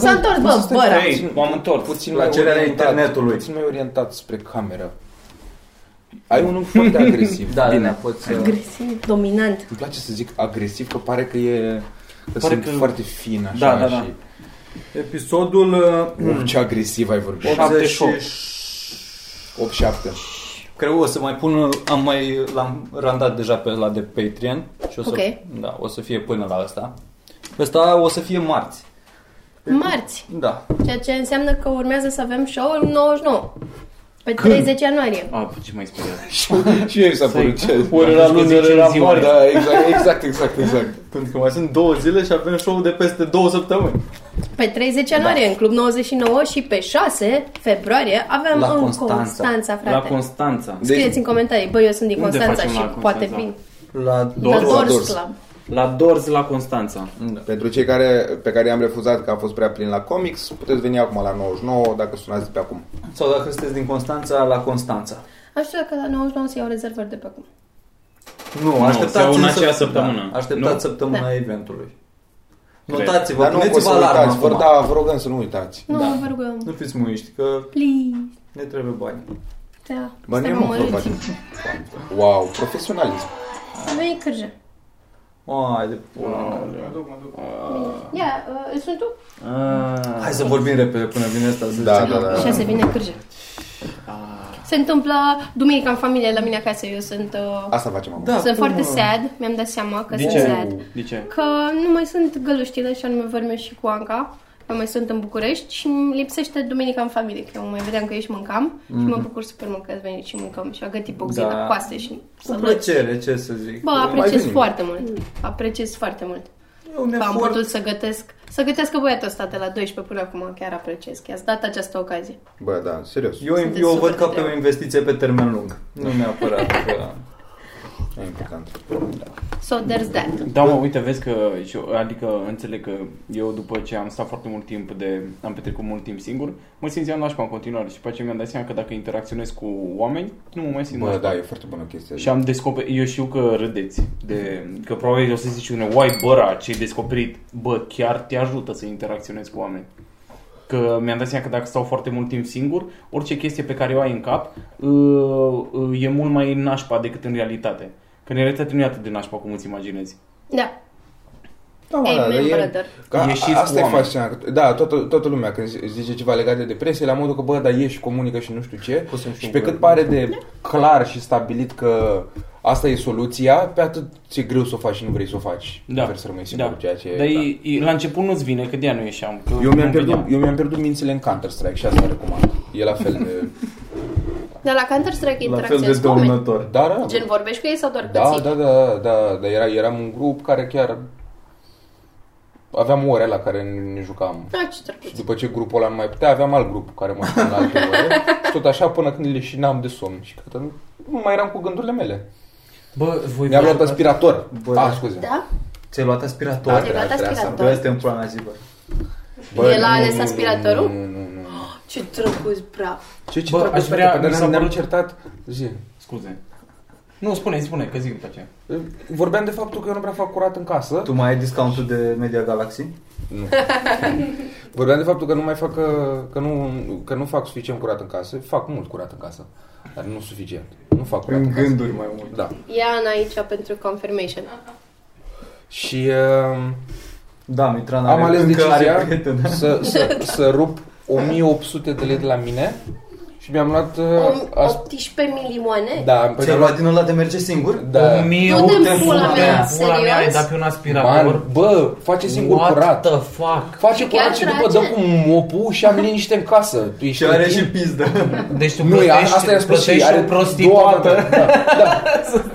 S-a întors, bă, bă, Ei, raci. m-am întors, puțin La mai cererea orientat, internetului. Puțin mai orientat spre cameră. Ai un unghi foarte agresiv. Da, Bine. Bine. da, poți să... Agresiv, dominant. Îmi place să zic agresiv, că pare că e... Că Pare sunt că- foarte fin, așa, Da, da, da. și... Episodul uh, Uf, ce agresiv ai vorbit. 88. 8-7. Cred că o să mai pun, am mai, l-am randat deja pe la de Patreon și o să, Ok. da, o să fie până la asta. Ăsta o să fie marți. Marți, Da. ceea ce înseamnă că urmează să avem show-ul 99. Pe 30 ianuarie. A, pe ce mai speriat. Și ieri s-a părut ce... Ori era luni, ori era marți. Da, exact, exact, exact, exact. Pentru că mai sunt două zile și avem show de peste două săptămâni. Pe 30 ianuarie în Club 99 și pe 6 februarie avem La în Constanța. Constanța, La frate. Constanța. Scrieți în comentarii, bă, eu sunt din Unde Constanța facem și la poate Constanța? vin. La La Dors. Dors Dors. Club. La Dorz, la Constanța. Pentru cei care, pe care i-am refuzat că a fost prea plin la comics, puteți veni acum la 99 dacă sunați de pe acum. Sau dacă sunteți din Constanța, la Constanța. Aș vrea că la 99 să iau rezervări de pe acum. Nu, Nu, sau în în acea săp- săptămână. Da, așteptați Nu? săptămâna Da. eventului. Cred. Notați-vă, Dar nu o puneți-vă să alarma uitați, vă, acum. da, vă rugăm să nu uitați. Nu, vă rugăm. Nu fiți muiști, că Please. ne trebuie bani. Da. Bă, nu e suntem mult omorâți. probabil. Wow, profesionalism. Nu e cârjă. Ai de pula. mea. Ia, uh, sunt tu? Ah. Hai să vorbim repede până vine asta. Să Da, zicem. da, da. Și se vine cârjă. Ah. Se întâmplă duminică în familie la mine acasă. Eu sunt... Uh, Asta facem acum. Da, sunt cum, foarte mă? sad. Mi-am dat seama că De sunt ce? sad. De ce? Că nu mai sunt găluștile și anume Vărmiu și cu Anca. Eu mai sunt în București și îmi lipsește duminica în familie. Că eu mai vedeam că eu și mâncam mm-hmm. și Mhm. mă bucur super mult că ați venit și mâncăm și a gătit poczină Da. da. coaste și Cu sălăci. plăcere, ce să zic. Bă, Mai apreciez venim. foarte mult. Apreciez foarte mult. E un Că am efort. putut să gătesc, să gătească băiatul ăsta de la 12 până acum, chiar apreciez că i-ați dat această ocazie. Bă, da, serios. Eu, Sunteți eu o super văd de ca pe o treabă. investiție pe termen lung. Nu neapărat că... E important. So there's that. Da, mă, uite, vezi că, și eu- adică înțeleg că eu după ce am stat foarte mult timp de, am petrecut mult timp singur, mă simțeam nașpa în continuare și după aceea mi-am dat seama că dacă interacționez cu oameni, nu mă mai simt Bă, nașpa. da, e foarte bună chestia. Și am descoperit, eu știu că râdeți, de, că probabil o să zici unul, uai băra, ce ai descoperit, bă, chiar te ajută să interacționezi cu oameni. Că mi-am dat seama că dacă stau foarte mult timp singur, orice chestie pe care o ai în cap uh, uh, e mult mai nașpa decât în realitate. Că în realitate nu e atât de nașpa cum îți imaginezi. Da. Da, mă, da, Amen, e- brother. Ca, Ieșiți cu asta e oameni. fascinant. Da, toată, toată lumea când zice ceva legat de depresie, la modul că, bă, dar ieși, comunică și nu știu ce. Poți să-mi Și fiu pe gură. cât pare de clar și stabilit că asta e soluția, pe atât ți-e greu să o faci și nu vrei să o faci. Vrei să rămâi singur, ceea ce... Da. da. Dar e, e, la început nu-ți vine, că de nu ieșeam. Că Eu nu mi-am, pierdut, vedeam. eu mi-am pierdut mințile în Counter-Strike și asta recomand. E la fel de... Dar Da, la Counter-Strike La fel de interacționezi cu oameni. dăunător. Da, da, Gen, vorbești cu ei sau doar da, da, da, da, da, da, era, eram un grup care chiar... Aveam ore la care ne jucam. Ah, ce drăguț. Și după ce grupul ăla nu mai putea, aveam alt grup cu care mă jucam la alte ore. Și tot așa până când leșinam de somn. Și cât nu nu mai eram cu gândurile mele. Bă, voi Mi-am vă luat jucați- aspirator. Bă, ah, scuze. Da? Ți-ai luat Da, aspirator? Te-ai luat trebuia să- Bă, aspirator. este în pula mea zi, bă. El a ales aspiratorul? Nu, nu, nu. nu. Ce drăguț, brav. Ce, ce Bă, trebuie aș să vrea- vrea, mi s-a ne-am, ne-am părut- certat. Zi. Scuze. Nu, spune, spune, că zic după aceea. Vorbeam de faptul că eu nu prea fac curat în casă. Tu mai ai discountul de Media Galaxy? Vorbeam de faptul că nu mai fac, uh, că nu, că nu fac suficient curat în casă. Fac mult curat în casă, dar nu suficient. Nu fac curat în, În casă. gânduri mai mult. Da. Ia în aici pentru confirmation. Și uh, Da, Mitran am are, ales încă decizia are prieten. să, să, să rup 1800 de lei de la mine și mi-am luat... Uh, Om- as- 18 milioane? da, păi Ți-ai mi-am luat din ăla de merge singur? Da. Du-te-n pula mea, serios? dacă un Man, aspirator. bă, face singur What curat. the fuck? Face Și curat chiar și după dă trage? cu mopul și am liniște în casă. Tu ești Și are cretin? și pizdă. Deci tu Nu, e, plătești, asta i-a spus și plătești are o două- prostituată. Da,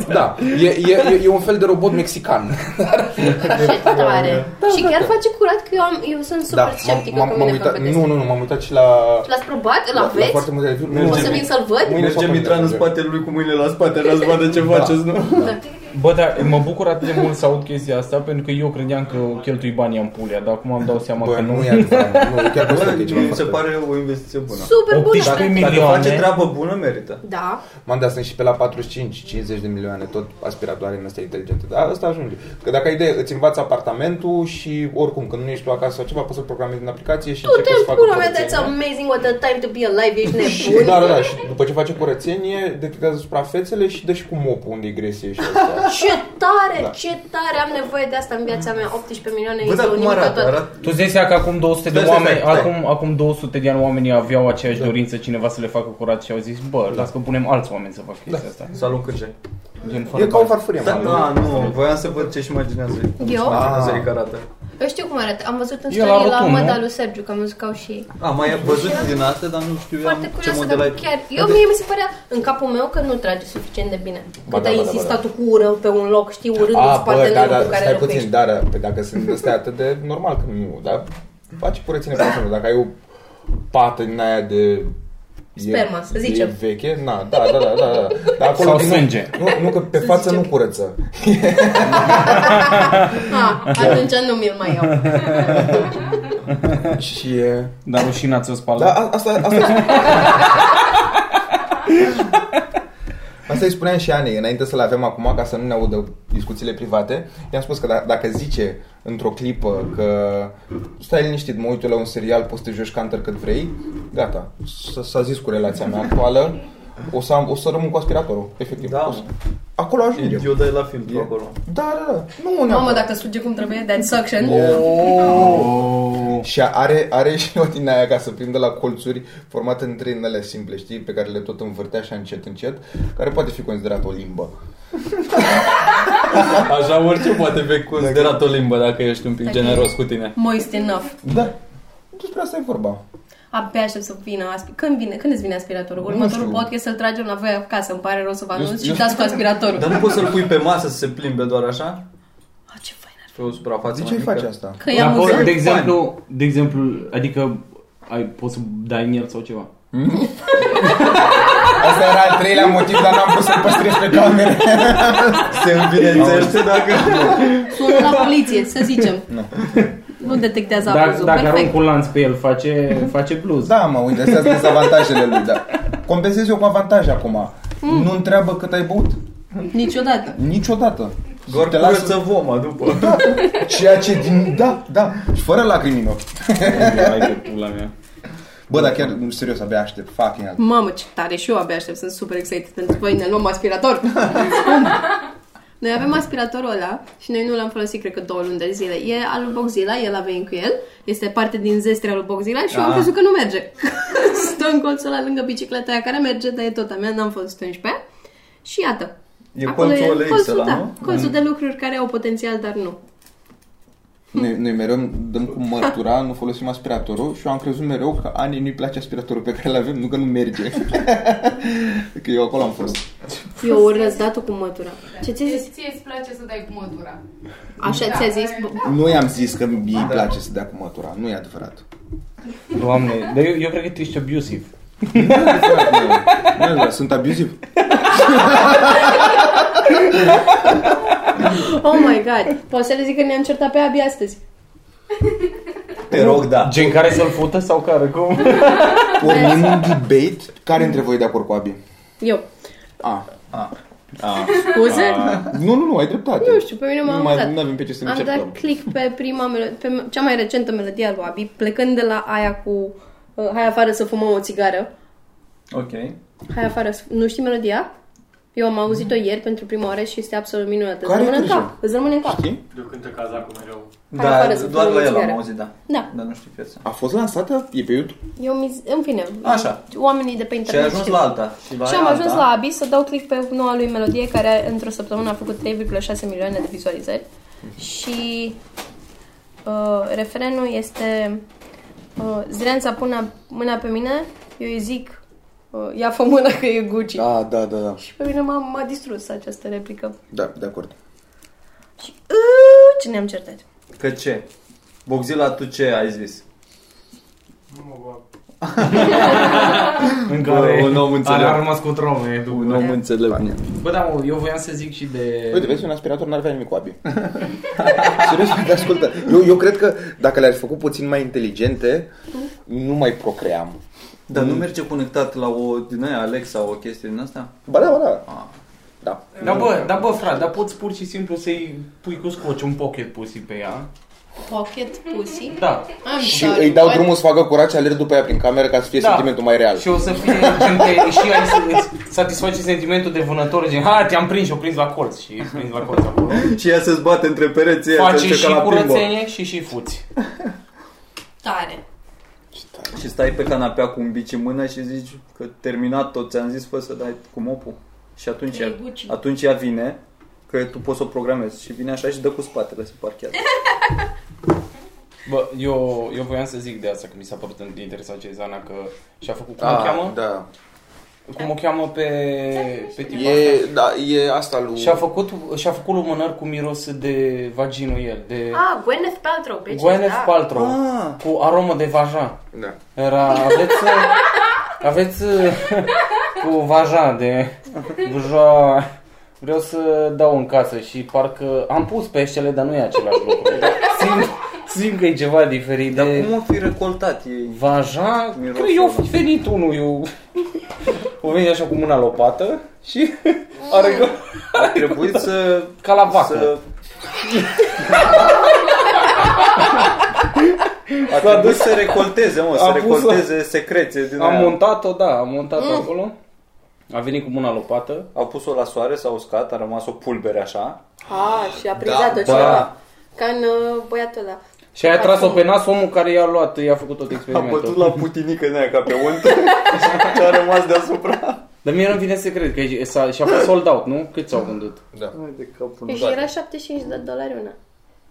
da, da. E, e, e, e, un fel de robot mexican. Da. Ce tare. Și chiar face curat că eu, am, eu sunt super da, sceptică m-am- cu m-am mine uitat, competente. nu, nu, nu, m-am uitat și la... L-ați probat? Îl la, la aveți? foarte multe review. Mergem. O să vin să-l văd? Mâine Merge sau Mitran în mâine. spatele lui cu mâinile la spate, vrea să vadă ce Da. faceți, nu? Da. Bă, dar mă bucur atât de mult să aud chestia asta, pentru că eu credeam că cheltui banii în pulea, dar acum îmi dau seama Bă, că nu nu. e adevărat. Nu, chiar Bă, consider că e ceva mi se foarte pare o investiție bună. Super bună 18 pentru... Dacă Milioane. face treabă bună, merită. Da. Man, dar sunt și pe la 45, 50 de milioane, tot aspiratoare în astea inteligente. Dar asta ajunge. Că dacă ai idee, îți învață apartamentul și oricum, când nu ești tu acasă sau ceva, poți să programezi în aplicație și Tu începe să te facă pula mea, curățenie. that's amazing what a time to be alive, ești Și, nebun. da, da, da, și după ce face curățenie, detectează suprafețele și dă și cu mopul unde e gresie și asta. Ce tare, Da. ce tare, am nevoie de asta în viața mea, 18 milioane Bă, este dar o cum nimic arată? tot. arată? Tu îți dai seama că acum 200 de Stai, stai, oameni, stai, stai. acum, acum 200 de ani oamenii aveau aceeași Da. dorință cineva să le facă curat și au zis, bă, las că punem alți oameni să facă Da. chestia asta. Salut, Cârge. Gen, fără E ca o bani. farfurie, Da, man. nu, nu, voiam să văd ce-și imaginează. Ce-și imaginează Ah. Eric arată. Eu știu cum arată, am văzut în E la story la rotund, nu? măda lui Sergiu, că am văzut că au și ei. Am mai văzut din astea, dar nu știu Foarte ce curioasă, model dar ai. chiar, eu mie mi se părea în capul meu că nu trage suficient de bine. Ba Cât da, ai ba da, ba insistat da. tu cu ură pe un loc, știi, A, urând bă, da, partenerul da, cu care stai puțin, locuiești. dar pe dacă sunt astea atât de normal că nu, dar faci curățenie pe acolo. Dacă ai o pată din aia de Spermă, să zicem. E veche, na, da, da, da, da. da. Dar acolo Sau din- sânge. Nu, nu, că pe față nu curăță. Ah, atunci nu mi-l mai iau. Și e... Dar rușina ți-o spală. Da, a- asta, asta, asta îi spuneam și Anei, înainte să-l avem acum, ca să nu ne audă discuțiile private. I-am spus că da- dacă zice într-o clipă că stai liniștit, mă uit eu la un serial, poți să te joci counter cât vrei, gata. S- S-a zis cu relația mea actuală, o să, am, o să rămân cu aspiratorul, efectiv. Da, O să- mă. Acolo ajungem. Eu dai la film E- tu acolo. Da, da, da. Nu neapărat. Mamă, dacă suge cum trebuie, that suction. Oh. Și are, are și o din aia ca să prindă la colțuri formate în trei din alea simple, știi, pe care le tot învârtea așa încet, încet, care poate fi considerat o limbă. Așa orice poate fi considerat o limbă dacă ești un pic generos cu tine. Moist enough. Da. Despre asta e vorba. Abia aștept să vină aspi- când vine, când îți vine aspiratorul? Următorul știu. podcast să-l tragem la voi acasă, îmi pare rău să vă anunț Eu- și da- eu- dați cu aspiratorul. Dar nu poți să-l pui pe masă să se plimbe doar așa? Ah, ce fain ar Pe o suprafață De mai ce ai mică. face asta? fi. Că e Dar amuzant. poți, de Bani. exemplu, de exemplu, adică ai, poți să dai în el sau ceva. Asta era al treilea motiv, dar n-am vrut să-l păstrez pe cameră. Se învinețește dacă... Sună la poliție, să zicem. Nu detectează Dacă, abuzul. dacă arunc Perfect. un lanț pe el, face, face blues. Da, mă, uite, astea sunt dezavantajele lui, da. Compensez eu cu avantaje acum. Mm. Nu întreabă cât ai băut. Niciodată. Niciodată. Doar Te lasă- curăță voma după. Ceea ce din... Da, da. Și fără lacrimino. Hai că pula mea. Bă, dar chiar, nu, serios, abia aștept. Fucking hell. Mamă, ce tare și eu abia aștept, sunt super excited pentru voi, ne luăm aspirator. noi avem aspiratorul ăla și noi nu l-am folosit, cred că două luni de zile. E al lui Boxila, el a venit cu el, este parte din zestrea lui Boxila și eu am Ah. crezut că nu merge. Stă în colțul ăla lângă bicicleta aia care merge, dar e tot a mea, n-am folosit-o nici pe ea. Și iată. E Acolo colțul ăla colțul, ăla, da, nu? Mm. colțul de lucruri care au potențial, dar nu. Noi, noi mereu dăm cu mărtura, nu folosim aspiratorul și eu am crezut mereu că Ani nu-i place aspiratorul pe care îl avem, nu că nu merge. că eu acolo am fost. Eu urăsc datul cu mătura. Ce ți-ai zis? Ție îți place să dai cu mădura. Așa ți-a zis? Nu i-am zis că îi place să dea cu mătura, nu e adevărat. Doamne, dar eu, eu cred că tu ești abusive. Nu e adevărat, nu. Nu e adevărat, sunt abuziv. Oh my god! Poți să le zic că ne-am certat pe abia astăzi. Te rog, da. Gen care să-l fută sau care? Cum? Da. Pornim un debate, care între voi e de acord cu Abi? Eu. A. Ah, A, Scuze? Ah. Nu, nu, nu, ai dreptate. Nu știu, pe mine m-a Nu mai- amuzat. nu avem pe ce să ne Am certăm. dat click pe prima melo- pe cea mai recentă melodie a lui Abi, plecând de la aia cu uh, Hai afară să fumăm o țigară. ok. Hai afară să... Nu știi melodia? Eu am auzit-o ieri pentru prima oară și este absolut minunată. Îți Care rămâne în trecem? cap. Îți rămâne în cap. Știi? Eu cântă cazacul mereu. Da, afară să doar fumăm la el am țigară. auzit, da. Da. Dar nu știu piața. A fost lansată? E pe YouTube? Eu mi În fine. Așa. Oamenii de pe Și ai internet ajuns știu. la alta. da? Și, la Și aia am ajuns alta. la Abi să dau click pe noua lui melodie care într-o săptămână a făcut 3,6 milioane de vizualizări Mhm. și uh, refrenul este uh, Zreanța pune mâna pe mine, eu îi zic uh, ia fă mâna că e Gucci. Da. Da, da, da, da. Și pe mine m-a, m-a distrus această replică. Da, de acord. Și uh, ce ne-am certat. Că ce? Boxila, tu ce ai zis? Nu mă bag. în Bă, care un om a înțelept. rămas cu traume. după- Un om înțelept. Bă, da, mă, eu voiam să zic și de... Uite, vezi, un aspirator n-ar avea nimic cu abi. Serios, te ascultă. Eu, eu cred că dacă le-ar fi făcut puțin mai inteligente, nu mai procream. Dar nu merge conectat la o din aia Alexa, o chestie din asta? Ba da, ba da. Ah. Da. Da, bă, da, bă, frate, dar poți pur și simplu să-i pui cu scoci un pocket pussy pe ea. Pocket pussy. Da. I'm Și sorry, îi dau what? drumul să facă curaj și alerg după ea prin cameră ca să fie Păi- Da. sentimentul mai real. Și o să fie gen de, și ai să îți satisface sentimentul de vânător, gen, ha, te-am prins, o prins la colț și ești prins la colț acolo. Și ea se zbate între pereți, ea se Faci duce ca și la plimbă. curățenie și și fuți. Tare. Și stai pe canapea cu un bici în mână și zici că terminat tot, ți-am zis, fă să dai cu mopul. Și atunci, E Gucci. atunci ea vine, că tu poți să o programezi. Și vine așa și dă cu spatele să parchează. Bă, eu, eu voiam să zic de asta, că mi s-a părut interesant ce Zana, că și-a făcut, cum o Ah, cheamă? Da. Cum o cheamă pe, pe tipul E, da, e asta lui... Și-a făcut, și-a făcut lumânări cu miros de vaginul el, de Ah, Gwyneth Paltrow, bitches, Gwyneth da. Paltrow, Ah. cu aromă de vaja. Da. Era, aveți, aveți cu vaja de vaja. Vreau să dau în casă și parcă am pus peștele, dar nu e același lucru. Simt, simt că e ceva diferit Dar de cum o fi recoltat ei? vaja. Mirosul Cred eu ăla. fi venit unul, eu... O venit așa cu mâna lopată și are gă- A trebuit să... ca la vacă. să A S-a trebuit să recolteze, mă, să A pus-o- recolteze secrețe din Am aia. montat-o, da, am Mm. montat-o acolo. A venit cu mâna lopată. Au pus-o la soare, s-a uscat, a rămas o pulbere așa. A, Ah, și a prizat-o da. ceva. Ca în uh, băiatul ăla. Și aia a tras-o pe nas omul care i-a luat, i-a făcut tot A experimentul. bătut la putinică în aia ca pe unt și a rămas deasupra. Dar mie nu vine să cred că e- s-a, și-a fost sold out, nu? Cât s-au vândut? Da. Hai de capul Păi Și era 75 de dolari una.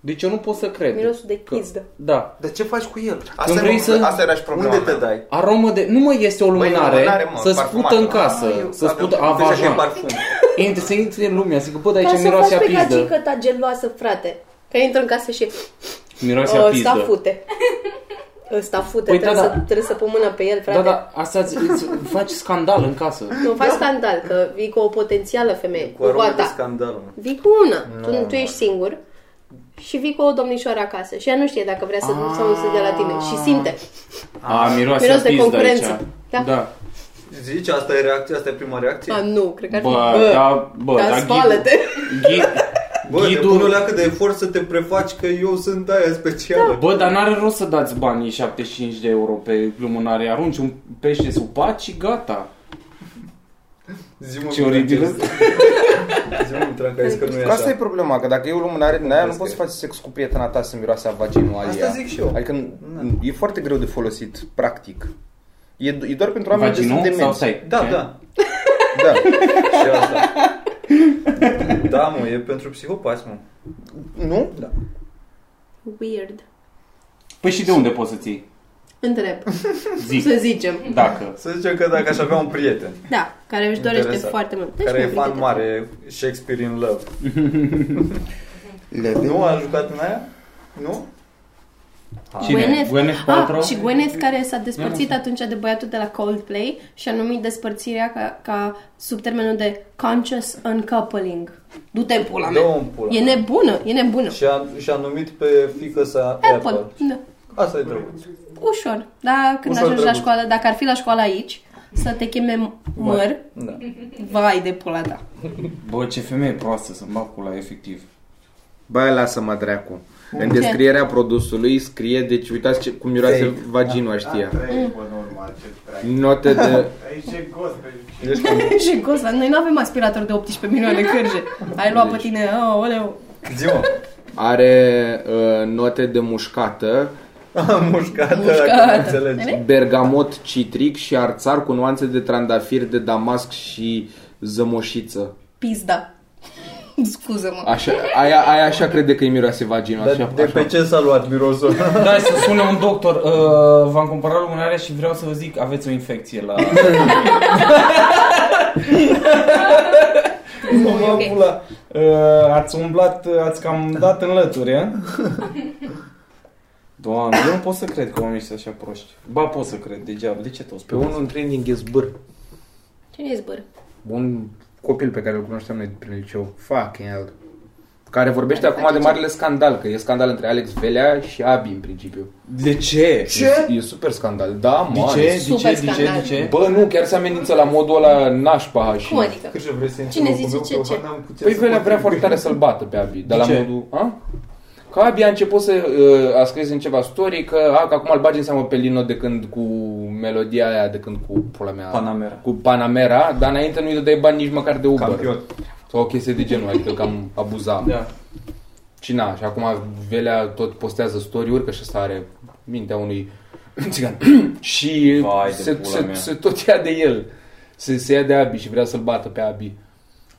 Deci eu nu pot să cred. Mirosul de că- chizdă. Da. Dar ce faci cu el? Asta, vrei era, să- asta era și problema Unde te mea. dai? Aromă de... Nu mă este o lumânare lumânare, mă, să spută parfumată. în casă. să spută Deci așa e avajan. parfum. Intre, să intre în lumea. Zic, bă, dar Ca aici să miroase faci a pe pizdă. gagică ta geloasă, frate. Că intră în casă și Miroase a ă, sta pizdă. fute. Ăsta fute, Păi da, trebuie, da. Să, trebuie să pun mână pe el, frate. Da, da, asta îți, îți faci scandal în casă. Nu faci scandal, că vii cu o potențială femeie, Cu aromă a de ta. scandal, mă. Vii cu una. tu, tu ești singur și vii cu o domnișoară acasă și ea nu știe dacă vrea să duc sau nu să dea la tine și Ah. simte. A, miroase Miros de concurență. Da. Da. Zici, asta e reacția, asta e prima reacție? A, nu, cred că ar fi... Bă, da, bă, dar da, spală-te. ghid, Bă, ghidul, nebunule, cât de efort să te prefaci că eu sunt aia specială. Da. Bă, dar n-are rost să dați banii 75 de euro pe lumânare. Arunci un pește sub pat și gata. Zi-mă Ce oribil. Zi-mă, Mitran, că ai zis că nu e Că asta e așa. problema, că dacă e o lumânare din aia, nu Vezi poți să că- faci sex cu prietena ta să miroase a vaginul alia. Asta zic și eu. Da. Adică n- e foarte greu de folosit, practic. E, do- e doar pentru oameni ce sunt Vaginul sau demenți. stai? Da, da. Da. Și asta. Da, mă, e pentru psihopați, mă. Nu? Da. Weird. Păi și de unde poți să ții? Întreb, Zic. să zicem. Dacă. Să zicem că dacă aș avea un prieten Da, care își dorește Interesat. foarte mult. Deci care e nu fan frică. mare, Shakespeare in Love, Le nu a jucat în aia? Nu? Cine? Gwyneth. Gwyneth Ah, Paltrow? și Gwyneth care s-a despărțit atunci de băiatul de la Coldplay și a numit despărțirea ca, ca sub termenul de conscious uncoupling. Du-te în pula mea. Dă-o în pula E mea. nebună, e nebună. Și a, și a numit pe fică sa Apple. Apple. Da. Asta e drăguț. Ușor. Da, când Ușor ajungi la drăguț. școală, dacă ar fi la școală aici, să te cheme măr, Da. vai de pula ta. Bă, ce femeie proastă să-mi bag cu la efectiv. Bă, lasă-mă dracu. În Ce? descrierea produsului scrie, deci uitați ce, cum miroase Fake. vaginul Da, știa. trei, bă, normal, ce trei. Note de... Aici e gost, pe Ești cum... și Gosla, noi nu avem aspirator de 18 milioane cârje. Ai luat pe tine, oh, oleu. Zi-mă. Are uh, note de mușcată, Am mușcat, Mușcată. dacă nu înțelegi. bergamot citric și arțar cu nuanțe de trandafir, de damasc și zămoșiță. Pizda. Scuză-mă. Așa, aia, aia așa crede că îi miroase vaginul. Așa, Dar de așa. pe ce s-a luat mirosul? Da, să sună un doctor. Uh, v-am cumpărat lumânarea și vreau să vă zic, aveți o infecție la... Nu, e Mă, ok. pula. Uh, ați umblat, uh, ați cam dat în lături, eh? Doamne, eu nu pot să cred că oamenii sunt așa proști. Ba, pot să cred, degeaba. De ce toți? Pe unul în trending e zbâr. Cine e zbâr? Un copil pe care îl cunoșteam noi prin liceu. Fucking hell. Care vorbește acum de marele scandal, că e scandal între Alex Velea și Abi în principiu. De ce? Ce? E, e super scandal. Da, De mă. ce? De Super ce? De ce? De scandal. ce? Bă, nu, chiar se amenință la modul ăla nașpa și... Cum adică? Cât ce vrei să intri Cine în locul zice meu, ce, că eu ce? n-am cu ce Păi să Velea vrea contribui. foarte tare să-l bată pe Abi, dar De la ce? modul... A? Că Abi a început să uh, a scris în ceva story că, a, că acum îl bagi în seamă pe Lino de când cu melodia aia, de când cu pula mea, Panamera. cu Panamera, dar înainte nu-i dădeai bani nici măcar de Uber. Campion. Sau o chestie de genul, adică cam abuza. Da. Și na, și acum Velea tot postează story-uri, că și ăsta are mintea unui țigan. și Vai de se, pula se, mea. se, tot ia de el. Se, se ia de Abi și vrea să-l bată pe Abi.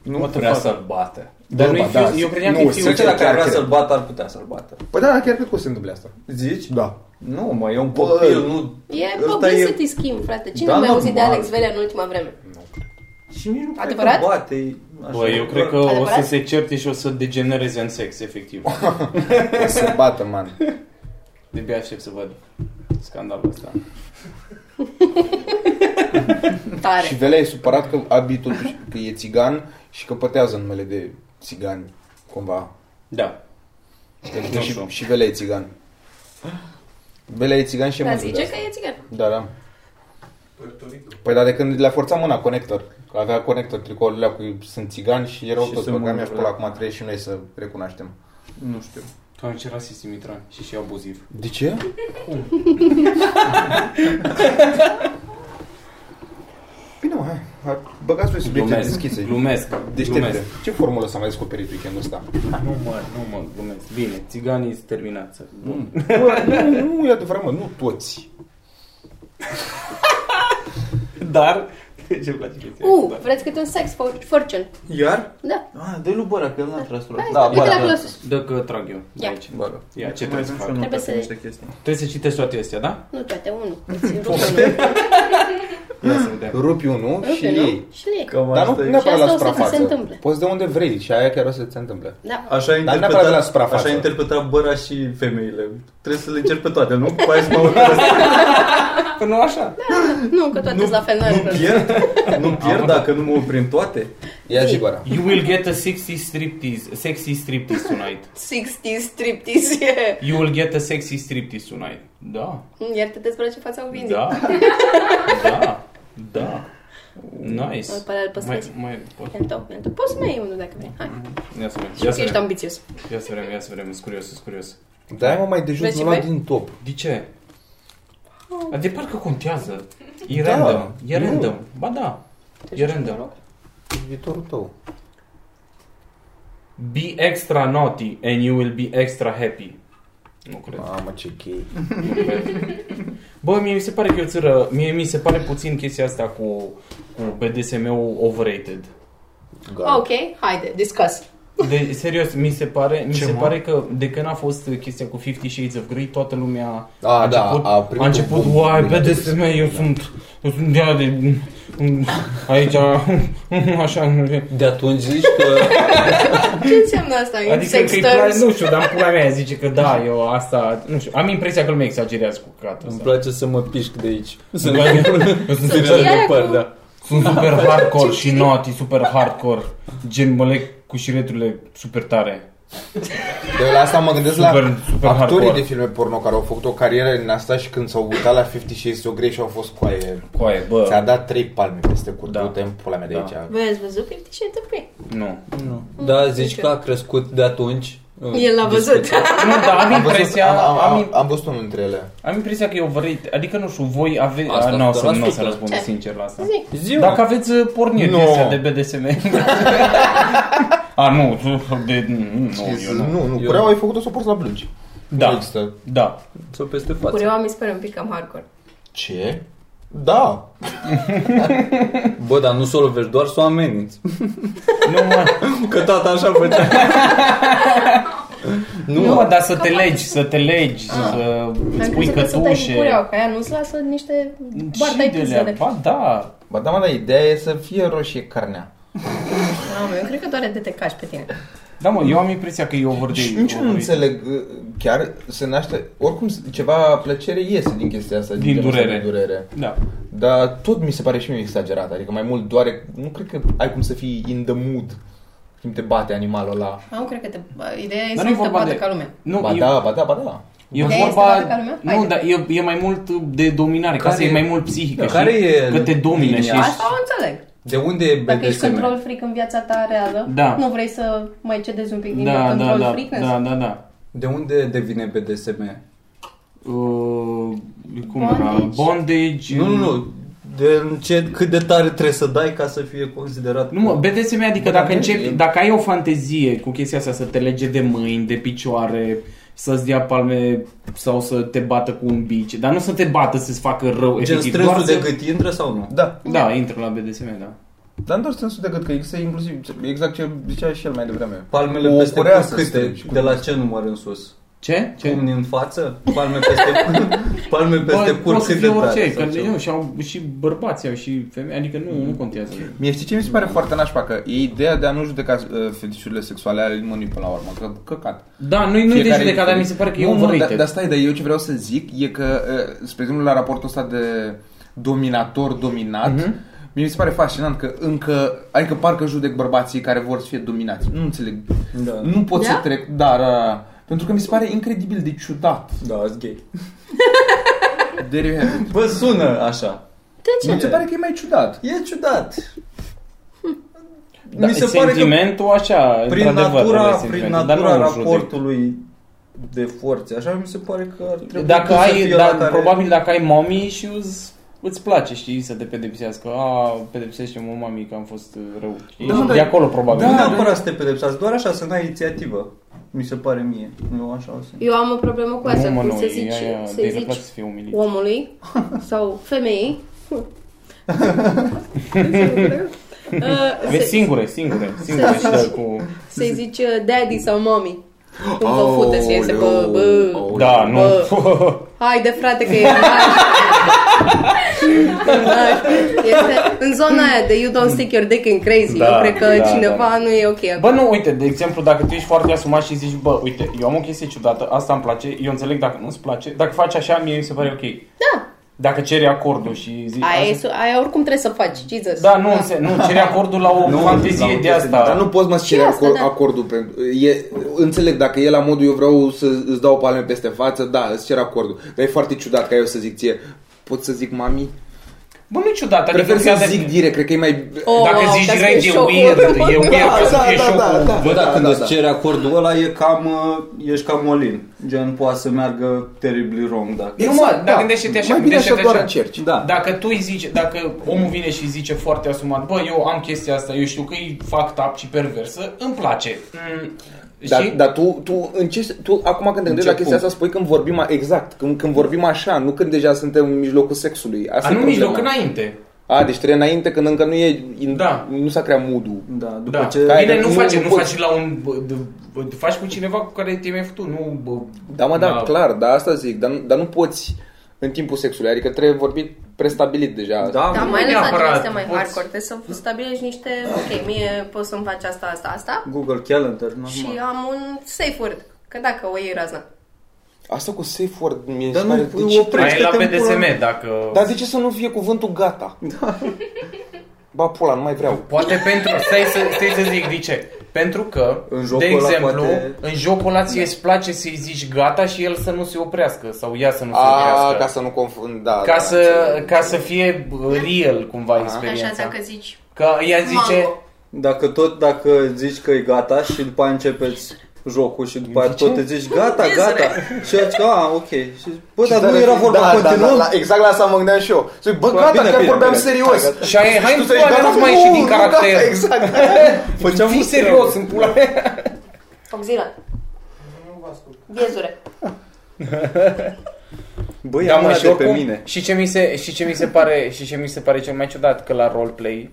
Nu vrea să-l bată. Dar nu-i Bă, fiu, da, eu credeam că nu, e fiu. se- Cred că dacă ar vrea Chiar să-l cred. bată, ar putea să-l bată. Păi da, chiar cred că o să se întâmple asta. Zici? Da. Nu, mă, e un copil, nu... E Ăsta publicity e... schimb, frate. Cine Da, da, mai auzit de normal. Alex Velea în ultima vreme? Și nici nu cred că Adevărat? bate. e așa. Bă, eu cred că o Adevărat? să se certe și o să degenereze în sex, efectiv. O să bată, man. De aștept să văd scandalul ăsta. Tare. Și Velea e supărat că Abi totuși că e țigan și că pătează numele de țigani, cumva. Da. Adică Nu și, știu. și Velea e țigan. Velea e țigan și e Dar mândru de zice asta. că e țigan. Da, da. Păi dar de când le-a forțat mâna conector, că avea conector tricourile alea cu sunt țigani și erau Și tot sunt pe mândru mi-aș de pula asta. da. acum trebuie și noi să recunoaștem. Nu știu. Tu ai încercat rasist Mitran și și abuziv. De ce? Bine, mă, hai. hai, Băgați voi subiecte deschise. glumesc, Deștepte. glumesc. Ce formulă s-a mai descoperit weekendul ăsta? Nu mă, nu mă, glumesc. Bine, țiganii sunt terminați. Bun. Bă, nu, nu, e adevărat, mă, nu toți. Dar, de ce îmi place chestia U, asta? vreți câte un sex for- fortune? Iar? Da. Ah, dă-i lui Bora, că el n-a tras Hai, Da, uite Bora, la da. acolo sus. Dă că trag eu de Ia. aici. Bă, Ia, ce Mai trebuie avem să și fac? o notă Trebuie cu să- niște chestii. Trebuie să citești toate astea, da? Nu toate, unul. Îți rup unul. Ia să vedem. rupi unul Rupi și iei. unul Și le iei. Cam Dar asta nu e. Și neapărat asta la o să ți se suprafață. întâmple. Poți de unde vrei și aia chiar o să ți se întâmple. Da. Așa Dar neapărat de la interpreta, suprafață. așa interpreta băra și femeile. Trebuie să le încerc pe toate, nu? Păi să mă urmăresc. Da. Da. Că nu așa. Nu, că toate sunt la fel. nu Nu, pierd, nu pierd dacă nu mă oprim toate. Ia zi, Bora. You will get a sexy striptease, sexy striptease tonight. 60 striptease. You will get a sexy striptease tonight. Da, Iar te dezbraci în fața oglinzii. da, da, da. Nice. Îl pare, îl păstrezi. Mai, mai, pot. Iată, iată. Poți să mai iei unul dacă vrei. Hai. Ia să vedem, ia Știu că să ești vedem, ambițios. ia să vedem, ia să vedem, sunt curios, sunt curios. Da, mă, mai de jos, Vezi nu și luam voi? din top. De ce? Dar de parcă contează. E random, e nu. random. Ba da, e random. Viitorul tău. Be extra naughty and you will be extra happy. Nu cred. Mamă, ce chei. Bă, mie mi se pare că e o țără, mie mi se pare puțin chestia asta cu, cu BDSM-ul overrated. Da. Gata. Ok, haide, discuss. De, serios, mi se pare, mi Ce, se mă? pare că de când a fost chestia cu 50 Shades of Grey, toată lumea A, da, a primit a început, un boom. uai, BDSM, eu sunt, eu sunt de, aia de aici, așa, Păi, De atunci zici că... Ce înseamnă asta? Adică Adică sex că place, terms? nu știu, dar în pula mea zice că da, eu asta, nu știu, am impresia că lumea exagerează cu catul Îmi ăsta. place să mă pișc de aici. Păi, Să Da. nu pun Sunt serial super- de Aia păr, cu- da. Sunt super hardcore și naughty, super hardcore, gen mă leg cu șireturile super tare. De la asta mă gândesc la Super- super actorii hardcore. de filme porno care au făcut o carieră în asta și când s-au uitat la 50 Shades of Grey și au fost coaie. Coaie, Ți-a bă, dat trei palme peste cur, da. Da. du-te în pula mea de Da. aici. Băi, ați văzut 50 Shades of Grey? nu. Da, zici că a crescut de atunci. El l-a văzut. Nu, dar am Am văzut, am, impresia, am, am, am, am văzut unul dintre ele. am impresia că e overrated, adică nu știu, voi aveți, Asta nu o să, doar nu o să ascultă. răspund Ce? sincer la asta. Zic. Ziua. Dacă aveți uh, porniri Nu. no. astea de BDSM. A, Ah, nu, de, nu, eu nu. nu, nu, Eu- cureaua ai făcut-o să o porți la blângi. Da. Nu există. Da, Sau peste față. Cureaua mi se pare un pic cam hardcore. Ce? Da. Bă, dar nu s-o lovești, doar s-o ameninți. nu mă, Că tata așa făcea. Nu, nu mă, dar să te legi, să te legi, să îți Ah. Am pui crezut că sunt ai cătușe. cu cureaua, că aia nu-ți lasă niște bardai Și de alea. pizele. Ba da. Ba da, mă, da, ideea e să fie roșie carnea. Mamă, eu cred că doar de te cași pe tine. Da, mă, eu am impresia că e overday. Și nici nu overrated. înțeleg uh, chiar se naște, oricum ceva plăcere iese din chestia asta. Din genul ăsta durere. de durere. Da. Dar tot mi se pare și mie exagerat, adică mai mult doare, nu cred că ai cum să fii in the mood când te bate animalul ăla. Nu cred că te... bă, Ideea e Dar să nu e nu te vorba bată de- ca lumea. Nu, ba e, da, ba da, ba da. e Ideea este vorba... la care lumea? Nu, Haide. dar e, e mai mult de dominare, care, ca Care să e e- mai mult psihică, Da, știi? care e Că te domine și linia? ești... Asta o înțeleg. De unde e Dacă ești BDSM? control freak în viața ta reală, Da. nu vrei să mai cedezi un pic din Da, da, control da, freakness? da, da, da. De unde devine BDSM? Uh, cum era? Bondage. Bondage. Nu, nu, nu. De în ce, cât de tare trebuie să dai ca să fie considerat. Nu mă, BDSM adică dacă da, începi, e- dacă ai o fantezie cu chestia asta să te lege de mâini, de picioare, să-ți dea palme sau să te bată cu un bici, dar nu să te bată, să-ți facă rău, Gen efectiv, stresul doar de să- gât intră sau nu? Da, Da, intră la BDSM, da. dar nu doar sensul decât că există inclusiv, exact ce zicea și el mai devreme. Palmele O peste deci curea pulp să câte? strângi, De la ce număr în sus? Ce? Ce? Ce? Pumni în față? Palme peste pulp? Palme peste pulp poți să cât fie de orice, tare? că sau ceva? nu, și, au, și bărbații au și femei, adică nu, nu contează. Mie știi ce mi se pare foarte nașpa? Că e ideea de a nu judeca uh, fetișurile sexuale ale nimănui până la urmă. Că căcat. Da, nu, nu e de Fiecare judecat, dar diferit. mi se pare că e Nu, nu, dar, overrated. dar stai, dar eu ce vreau să zic e că, uh, spre exemplu, la raportul ăsta de dominator-dominat, Mhm. mie mi se pare fascinant că încă, adică parcă judec bărbații care vor să fie dominați. Nu înțeleg. Da. Nu pot să Da? trec, dar... Uh, pentru că mi se pare incredibil de ciudat. Da, sunt gay. There you have it. Bă, sună așa. Nu ți se pare că e mai ciudat? E ciudat. Da, Mi se pare că sentimentul așa, prin într-adevăr, natura, ăla e prin sentimentul, dar nu natura îl judec. raportului de forțe, așa mi se pare că ar trebui Dacă să ai, fie da, la care- probabil dacă ai mommy issues, îți place, știi, să te pedepsească. A, pedepsește-mă, mami, că am fost uh, rău. Știi? Da, Da, da. de acolo, probabil. Da, nu Da, neapărat să te pedepsați, doar așa, să n-ai inițiativă. Mi se pare mie. Eu așa o să... Eu am o problemă cu asta, nu, mă, cum nu, să e zici, aia, să de le zici place să fie umilit. omului sau femeii. Uh, Vezi, să- singure, singure, singure și dă cu... Să-i zici uh, daddy sau mommy. Cum vă futeți, este bă, bă, Da, nu. haide frate că e este în zona aia de you don't stick your dick in crazy. Da, Eu cred că da, cineva da. nu e ok acolo. Bă, nu, uite, de exemplu, dacă tu ești foarte asumat și zici, bă, uite, eu am o chestie ciudată, asta îmi place, eu înțeleg dacă nu-ți place, dacă faci așa, mie mi se pare ok. Da. Dacă ceri acordul și zici... Aia, e, asta- su- aia oricum trebuie să faci, Jesus. Da, nu, înse- nu, ceri acordul la o Nu, la o fantezie de chestie, asta. Dar nu poți mă cere asta, acor- da. acordul pentru... E, înțeleg, dacă e la modul eu vreau să îți dau palme peste față, da, îți cer acordul. Dar e foarte ciudat ca eu să zic ție, pot să zic mami? Bă, nu ciudat, adică Prefer fiecare- să zic direct, cred că e mai... Oh, Dacă wow, zici că rege, e șocul. weird, e weird, Da, ca să da, fie da, da, da. șocul. Bă, da, dar când da, îți da. cere acordul ăla, e cam, uh, ești cam molin. Gen, poate să meargă terribly wrong dacă... Nu mă, dar gândește-te Exact, așa, da. Mai bine așa gândește-te doar așa. încerci. Da. Dacă tu îi zici, dacă omul vine și zice foarte asumat, bă, eu am chestia asta, eu știu că e fact up și perversă, îmi place. Mm, Dar, știi? dar tu, tu, în ce, tu acum când te gândești la ce chestia punct? asta, spui când vorbim a- exact, când, când vorbim așa, nu când deja suntem în mijlocul sexului. Asta Dar e nu în problema. mijloc, înainte. A, deci trebuie înainte când încă nu e, Da. nu s-a creat mood Da, după Da. ce... Ca- Bine, că nu, nu- faci, nu nu poți. faci la un... bă, de- bă, de- Faci cu cineva cu care te-ai mai făcut, nu... Bă, Da, mă, da, la- clar, dar asta zic, dar, nu- dar nu poți în timpul sexului, adică trebuie vorbit prestabilit deja. Da, Da, mă, mai ales la neapărat, tine astea mai poți. hardcore. Trebuie să stabilești niște, ok, mie poți să-mi faci asta, asta, asta Google Calendar, normal. și am un safe word. Că dacă o iei razna. Asta cu safe word mi Dar se pare... nu, de ce- oprește-te Aia e la în pula mea. BDSM, dacă... Dar de ce să nu fie cuvântul gata? Da. Ba, pula, nu mai vreau. Poate pentru, stai să, stai să zic de ce. Pentru că, În de jocul ăla exemplu, poate- în jocul ăla ție îți place să-i zici gata și el să nu se oprească sau ea să nu se A, oprească. ca să nu confund, da. ca da, să, înțeleg. ca să fie real cumva Așa experiența. dacă zici, Că ea zice, Mamă. Dacă tot, dacă zici că e gata și după aia începeți jocul și după aia Zice? tot te zici gata, Zre. gata. Și atunci, a, ok. Și, bă, dar Da, nu da, era da, vorba, da, da, continuăm? la- exact la asta mă gândeam și eu. Zic, bă, Bă, gata, bine, chiar bine, vorbeam bine. serios. și aia e, hai în Tu să zici, pula mea, gata, nu mai ieși nu, din nu, gata, caracter. Exact. Făceam Fii un serios în pula mea. Foxila, Nu vă ascult. viezure. Băi, Da, am mă, mai și de pe oricum, mine. și ce mi se, și ce mi se pare, și ce mi se pare cel mai ciudat că la roleplay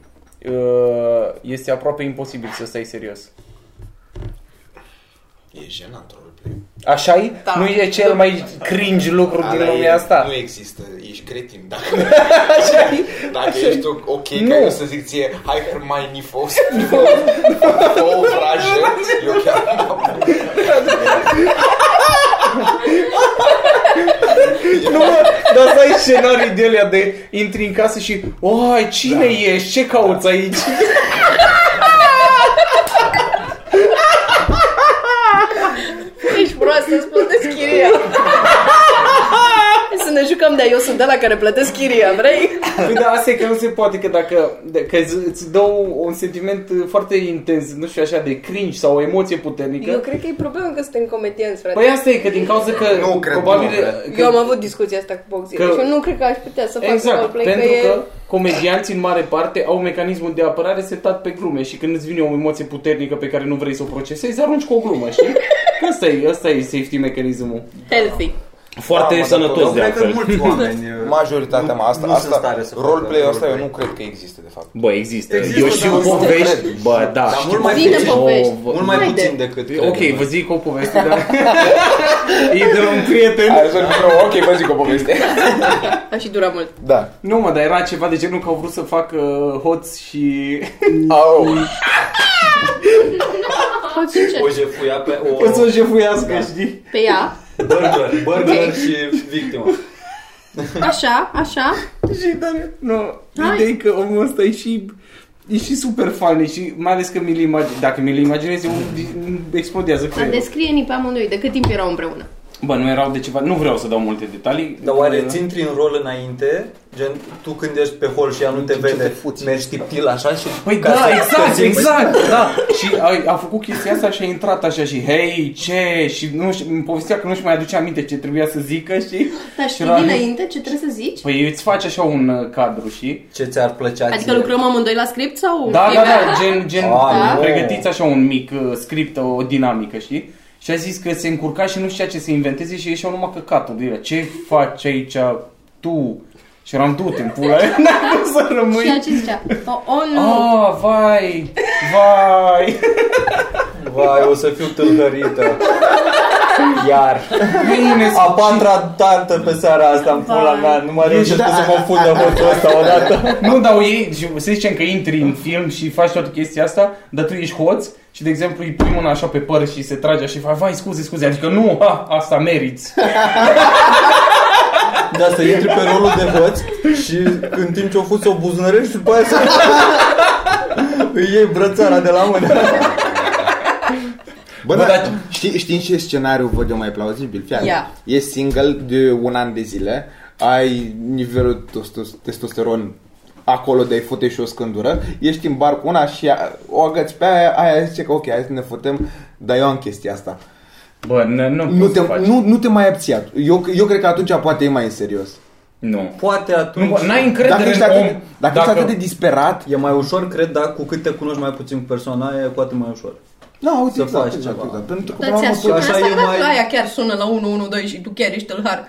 uh, este aproape imposibil să stai serios. E jenant rolul așa e? Da. Nu e cel mai cringe lucru din Ala lumea e- asta? Nu există, ești cretin. Dacă, dacă Așa e. ești tu ok, Nu. nu. ca eu să zic ție, hai Hermione Fox, o frajă, eu chiar n-am. Nu, mă, dar să ai scenarii de alea de intri în casă și Oai, cine ești? Ce cauți aici? Ești proastă, îți plătesc chiria. Hai Să ne jucăm de eu sunt de la care plătesc chiria, vrei? Păi da, asta e că nu se poate, că dacă de- că îți- îți dă un sentiment uh, foarte intens, nu știu, așa, de cringe sau o emoție puternică. Eu cred că e problema că suntem comedienți, frate. Păi asta e, că din cauza că Nu cred, probabil... nu cred. că- Eu am avut discuția asta cu Boxy Că- că... și eu nu cred că aș putea să fac Exact, roleplay, pentru că, că, e... comedianții în mare parte au mecanismul de apărare setat pe glume și când îți vine o emoție puternică pe care nu vrei să o procesezi, arunci cu o glumă, știi? Că asta e, asta e safety mecanismul. healthy. Foarte Da, mă, dar sănătos tot- de eu Cred că altfel. mulți oameni... uh, Majoritatea mea, asta, nu sunt asta stare să facă roleplay ăsta eu roleplay. nu cred că există, de fapt. Bă, există. Există, Eu știu dar nu povești. cred. Bă, da, Dar știu mult mai Zine puțin. da, da. povești. O, Mult mai Haide. puțin decât Ok, credem. vă zic o poveste, da. dar e de la un prieten. Hai, rezolvi problema. Ok, vă zic o poveste. A și durat mult. Da. Nu mă, dar era ceva de genul că au vrut să facă uh, hoți și... Au. O jefuia pe o Că să o jefuiască, știi? Pe ea, burger, burger și victimă. așa, așa, Și dar, nu, Hai. ideea e că omul ăsta e și, e și super fan, e și, mai ales că mi-l imagine, dacă mi-l imaginez, eu îmi explodează a creierul. descrie-ni pe amândoi de cât timp erau împreună. Bă, nu erau de ceva, nu vreau să dau multe detalii. Dar oare ți intri în rol înainte? Gen, tu când ești pe hol și ea nu te vede, mergi tiptil așa și... Păi ca da, să- exact, să- exact, da. Și a, a făcut chestia asta și a intrat așa și hei, ce? Și nu știu, îmi povestea că nu-și mai aduce aminte ce trebuia să zică, și Dar știi Era- dinainte ce trebuie să zici? Păi îți faci așa un uh, cadru, și Ce ți-ar plăcea Adică ție? lucrăm amândoi la script sau? Da, e da, mea? da, gen, gen Ah, nu. pregătiți așa un mic uh, script, o dinamică, știi? Și a zis că se încurca și nu știa ce să inventeze și ieșeau numai căcatul de ele. Ce faci aici tu? Și eram du-te în pula, mea, n-ai cum să Și rămâi. acestea. O, o nu. Ah, vai, vai. Vai, o să fiu tâlhărită. Iar. Bine, A patra tantă pe seara asta în pula mea. Nu mai reușesc să mă fut de hoțul ăsta odată. Nu, dar ei, și să zicem că intri în film și faci toată chestia asta, dar tu ești hoț și, de exemplu, îi pui mâna așa pe păr și se trage așa și faci, vai, scuze, scuze, adică nu, ha, asta meriți. Da, să intri pe rolul de hoț și în timp ce o fut să o buzunărești și după aia să... Îi iei brățara de la mână. Bă, Bă, dar dar- știi, știi în ce scenariu văd eu mai plauzibil? Fii Ia. atent. E single de un an de zile, ai nivelul tostos- testosteron acolo de ai fute și o scândură, ești în bar cu una și a- o agăți pe aia, aia zice că ok, hai să ne futem, dar eu am chestia asta. Bă, nu, nu, Nu poți te, să faci. nu, nu te mai abții. atunci. Eu, eu cred că atunci poate e mai în serios. nu. Poate Nu, atunci... bă, n-ai Dacă încredere ești, în om. atât, dacă, dacă ești atât de disperat, E mai ușor, cred, dar cu cât te cunoști mai puțin cu persoana, e cu atât mai ușor. nu, uite, Să exact, faci exact, ceva. exact. Pentru că, Dar până la ți-a urmă, sunat așa asta e dacă mai- aia chiar sună la 112 și tu chiar ești tâlhar.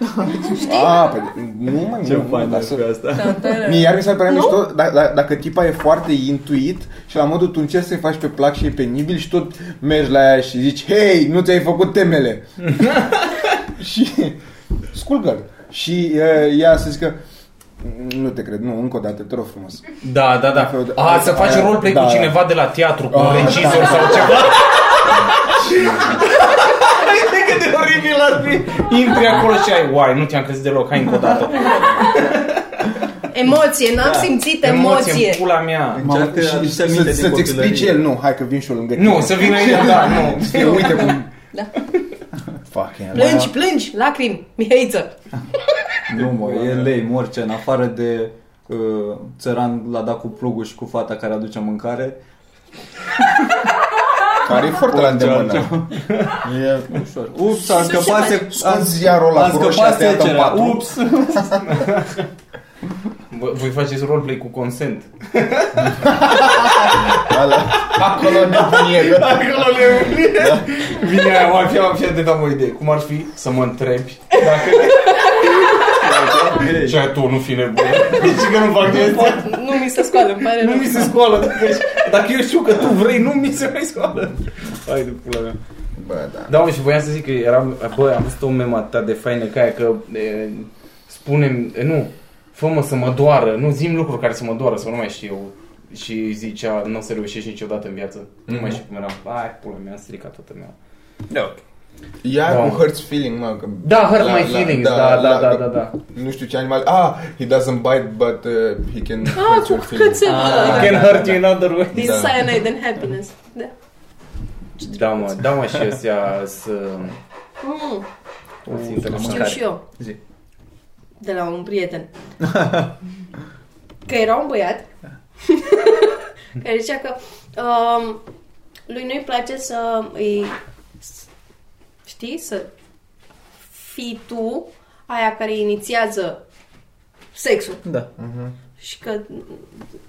A, păi, nu mai Ce nu, fain dar ar să- fi asta. Da, Mie iar mi s-ar părea mișto da, da, dacă tipa e foarte intuit și la modul tu încerci să-i faci pe plac și e penibil și tot mergi la ea și zici Hei, nu ți-ai făcut temele! și sculgă Și uh, ea să zică nu te cred, nu, încă o dată, te rog frumos. Da, da, da. Dacă- A, să faci aia- roleplay da. Ah. cu cineva de la teatru, cu un regizor sau ceva. Uite cât de oribil ar fi. Intri acolo și ai, uai, nu te-am crezut deloc, hai încă o dată. Emoție, n-am simțit Da. în emoție. pula mea. Încearcă Și- aduce și- aminte să- din Să-ți copilărie. explice el, nu, hai că vin și eu lângă Nu, să vină el, da, nu. Te uite cum... Da. Fucking Plângi, plângi, lacrimi, mihaiță. Nu, mă, da. e lei, orice, în afară de uh, țăran l-a dat cu plugul și cu fata care aduce mâncare. Care e foarte la îndemână. E ușor. Ups, a scăpat se... Scot ziarul ăla Am cu roșia scăpat tăiată în trecerea. patru. Ups! Bă, Voi faceți roleplay cu consent. Ala. Acolo nebunie. Acolo le Da? Vine aia, mai fi, mai fi, te dau o idee. Cum ar fi să mă întrebi dacă... Și ai tu, nu fi nebun. Deci că nu fac chestia. Nu mi se scoală, îmi pare Nu rău. mi se scoală. Deci, dacă eu știu că tu vrei, nu mi se mai scoală. Hai de pula mea. Bă, da. Da, mă, și voiam să zic că eram, bă, am văzut o memă atât de faină ca aia că e, spunem, e, nu, fă mă să mă doară, nu, zim lucruri care să mă doară, să nu mai știu. Și zicea, nu o să reușești niciodată în viață. Mm-hmm. Nu mai știu cum era. Ai, pula mea, am stricat toată mea. Da. Ia Da. da. cu hurts feeling, mă. Că Da, hurt my feelings, da, da, da, da, da. Nu știu ce animal. Ah, he doesn't bite, but uh, he can hurt your feelings. I can hurt you in other way. This Da. cyanide and happiness. Da. Da, mă, da, mă, și ăstea să... Mm, știu Știu și eu. Zi. De la un prieten. că era un băiat care zicea că um, lui nu-i place să îi știi, să fii tu aia care inițiază sexul. Da. Și că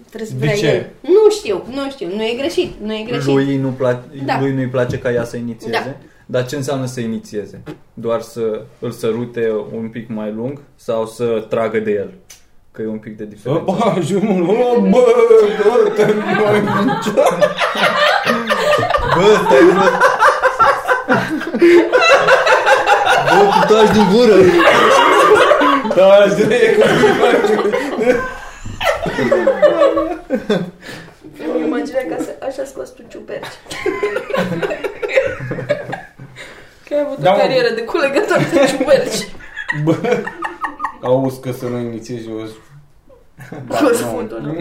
trebuie să De vrea ce? el. Nu știu, nu știu, nu e greșit, nu e greșit. Lui, nu pla- Da. lui nu-i place ca ea să inițieze. Da. Dar ce înseamnă să inițieze? Doar să îl sărute un pic mai lung sau să tragă de el? Că e un pic de diferență. Bă, jumul, bă, bă, Bă, stai mă! Bă, tu taci din gură! da, zi, Îmi imaginea ca să așa scoți tu ciuperci. Că ai avut Da, o mă. carieră de culegător de ciuperci. bă. Auzi că să nu inițiezi o Corfundul.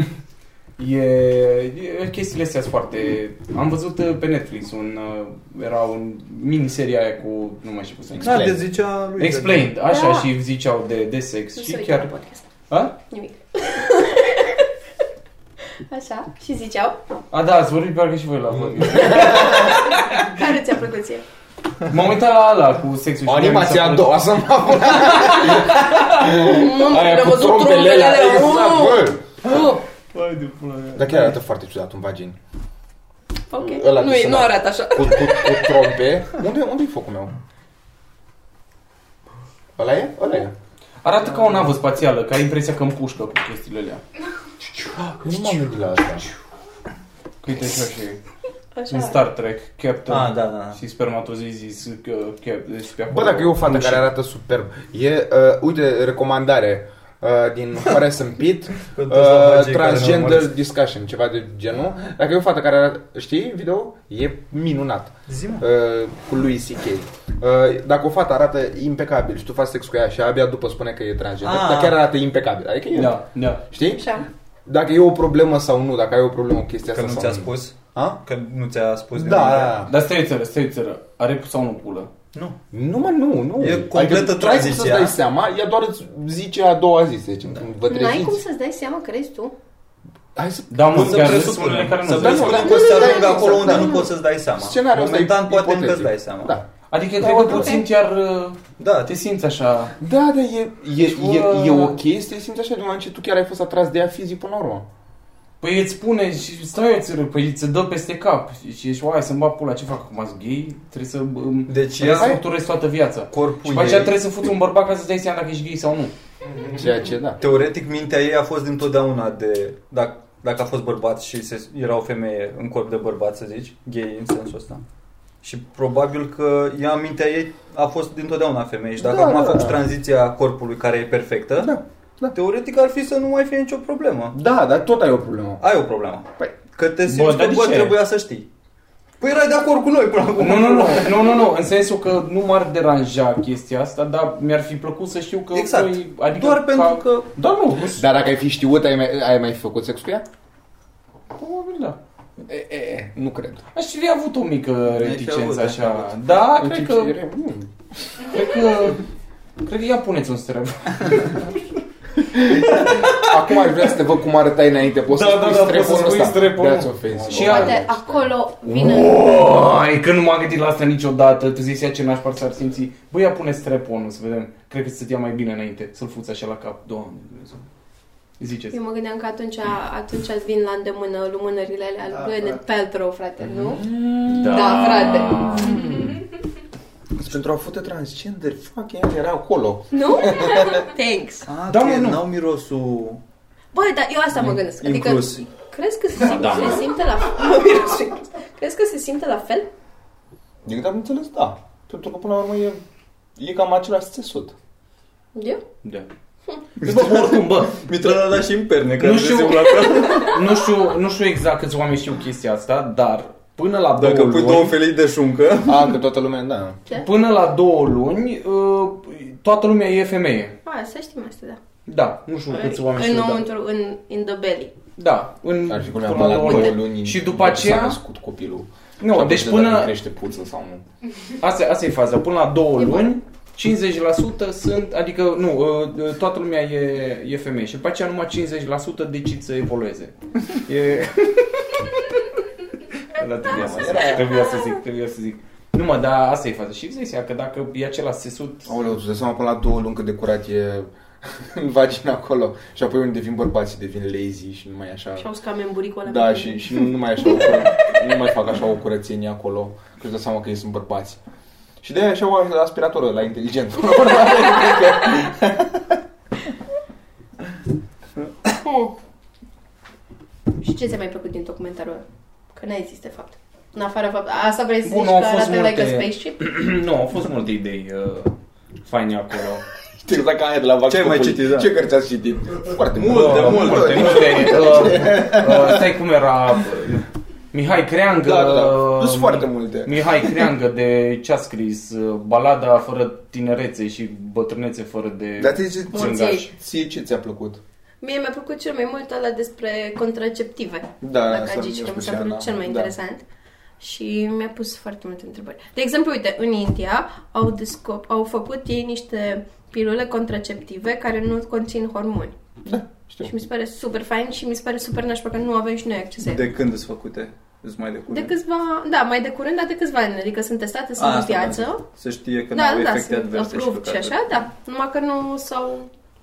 E, e, chestiile astea sunt foarte... Am văzut uh, pe Netflix un... uh, Era un miniserie aia cu... Nu mai știu cum să Da, explain. de zicea lui. Explained, așa, Da. și ziceau de, de sex Nu și se uită la chiar... podcast. A? Nimic. Așa, și ziceau, A, da, ați vorbit parcă și voi la podcast. care ți-a plăcut ție? M-am uitat la ala cu sexul O și mi animație s-a a părut- doua să mă apun. Aia cu trompele alea, Exact, bă. Băi, de pula mea. Dar chiar arată foarte ciudat un vagin. Ok, Ăla nu, cu e, nu sunat. arată așa. Cu, cu, cu trompe. Unde, unde-i focul meu? Ăla e? Ăla e. Arată ca o navă spațială, că ai impresia că îmi pușcă cu chestiile alea. Nu m-am gândit la asta. Că uite așa și Așa. în Star Trek, Captain Ah, da, da, da. și spermatozizii sunt că, cap, deci pe acolo. Bă, dacă e o fată Nu știu. care arată superb. E, uh, uite, recomandare uh, din Horace and Pete, Pentru ăsta uh, vagii care ne Transgender urmăresc. Discussion, ceva de genul. Dacă e o fată care arată, știi, video, e minunat. Zi-mă. Uh, cu lui C.K. Uh, dacă o fată arată impecabil și tu faci sex cu ea și abia după spune că e transgender, Ah. dar chiar arată impecabil. Adică e, Da, da. știi? Așa. Dacă e o problemă sau nu, dacă ai o problemă cu chestia Că asta nu sau ți-a spus? A? Că nu ți-a spus Da, nimic? da, da. Dar stai o țără, stai o țără. Are sau nu pulă? Nu. Nu, mă, nu, nu. Adică E completă tu ai cum să-ți tranziția. dai seama, ea doar îți zice a doua zi, să zicem, când vă N-ai cum treziți. să-ți dai seama, crezi tu? Hai să... Da, mă, Să chiar sunt presupunem. unele care nu Să sunt. presupunem Nu, că se nu, nu, ajungă nu, acolo nu, unde nu, nu nu. poți să-ți dai seama. Scenariul ăsta e Momentan poate încă ipotetic. îți dai seama. Da. Adică Da, cred mă, că da. puțin chiar uh, Da, te simți așa. Da, da, e, e, Deci, bă, e, e o chestie, simți așa, din moment ce tu chiar ai fost atras de ea fizic până la urmă. Păi îți spune și stai o țără, păi îți dă peste cap. Și- Și ești, oai, să-mi bag pula, ce fac acum, sunt gay? Trebuie să îmi Deci trebuie ea- să torturez toată viața. Corpul și după aceea ei- trebuie să fuți un bărbat ca să-ți dai seama dacă ești gay sau nu. Ceea ce, da. Teoretic, mintea ei a fost dintotdeauna de... Dacă, dacă a fost bărbat și se, era o femeie în corp de bărbat, să zici, gay în sensul ăsta. Și probabil că ea, în mintea ei, a fost dintotdeauna femeie. Și dacă Da, acum a da, făcut da. tranziția corpului care e perfectă, Da, da. teoretic ar fi să nu mai fie nicio problemă. Da, dar tot ai o problemă. Ai o problemă. Păi. Că te Bă, simți dar că, de bă, ce? trebuia să știi. Păi erai de acord cu noi până acum. Nu, nu, nu, nu, nu, nu, în sensul că nu m-ar deranja chestia asta, dar mi-ar fi plăcut să știu că... Exact. băi, adică Doar pentru că- Da, nu, da. Dar dacă ai fi știut, ai mai, ai mai fi făcut sex cu ea? probabil da. E, e, e, nu cred. Aș fi avut o mică fi avut, reticență ai fi așa. Da, În cred timp că, ce era- mm. cred că... Cred că ia puneți un străb. Acum aș vrea să te văd cum arătai înainte. Poți Da, să da, spui da, poți să streponul spui ăsta. streponul. That's offensive. Și Da, Oh, my iar- Poate God. acolo vine... Oi, că nu m-am gândit la asta niciodată. Tu zici ce nașpa s-ar simți. Băi, ia pune streponul să vedem. Cred că să te ia mai bine înainte. Să-l fuți așa la cap. Doamne Dumnezeu. Ziceți. Eu mă gândeam că atunci, atunci îți vin la îndemână lumânările alea Da, lui Gwyneth Paltrow, frate, nu? Mhm. Da, frate. Pentru a fute transgender, fuck, ea era acolo. Nu? Thanks. A, Da, da, mă, mă, nu. n-au mirosul Băi, dar eu asta mă gândesc. Adică, inclus. Da, crezi că se, simte, se simte la fel? Crezi că se simte la fel? Din câte am înțeles, da. Pentru că până la urmă e, e cam același țesut. Eu? Da. Deci, bă, oricum, bă, Mitra l-a dat și în perne, că Nu nu știu. știu. la fel. nu știu, nu știu exact câți oameni știu chestia asta, dar până la două Dacă pui luni, două felii de șuncă, A, că toată lumea, da. până la două luni, uh, toată lumea e femeie. A, să știm asta, da. Da, nu știu Păi, câți oameni știu, da. Înăuntru, în, in the belly. Da, în Ar fi cum până am la două două luni. luni Și după s-a aceea, născut copilul. Nu, Și atunci deci de dacă până- crește puțin sau nu. asta, asta e faza, până la două luni, 50% sunt, adică nu, uh, toată lumea e, e femeie și după aceea numai 50% decid să evolueze. E... da, trebuia să zic, trebuia să zic, trebuia să zic. Nu mă, dar asta e faza. Și îți dai seama că dacă e același sesut, Aoleu, tu dai seama până la două luni cât de curat e în vagina acolo. Și apoi unde devin bărbați, devin lazy și nu mai e Și așa. auzi că am emburicul ăla. Da, și, și nu, nu mai e așa o cură, nu mai fac așa o curățenie acolo. Că îți dai seama că ei sunt bărbați. Și de-aia și-au aspiratorul la inteligent. Și ce ți-a mai plăcut din documentarul ăla? Că n-a zis, de fapt. În afară fapt. Asta vrei să Bun, zici au că fost arată like a multe- spaceship? nu, au fost multe idei uh, faine acolo. Știi exact ca aia de la Vax Ce ai mai Populi. citit, da. Ce cărți ați citit? Foarte mult. Multe, multe. Multe, multe. Uh, uh, stai cum era... uh, Mihai Creangă... Da, da, da. uh, Sunt foarte multe. Mihai Creangă de ce a scris uh, balada fără tinerețe și bătrânețe fără de... Dar ție, ce- Țângaș. ție ce ți-a plăcut? Mie mi-a plăcut cel mai mult ăla despre contraceptive. Da, Dacă asta a zis mi-a că mi spus s-a părut Ana. cel mai Da. interesant. Și mi-a pus foarte multe întrebări. De exemplu, uite, în India au, descop- au făcut ei niște pilule contraceptive care nu conțin hormoni. Da, știu. Și mi se pare super fain și mi se pare super nașpa că nu avem și noi acces la ele. de când sunt făcute? Îți mai de curând. De câțiva, da, mai de curând, dar de câțiva ani. Adică sunt testate, sunt A, în asta viață. Să știe că Da, nu au da, da, efecte sunt adverse approved și păcate. așa, da. Numai că nu s-au...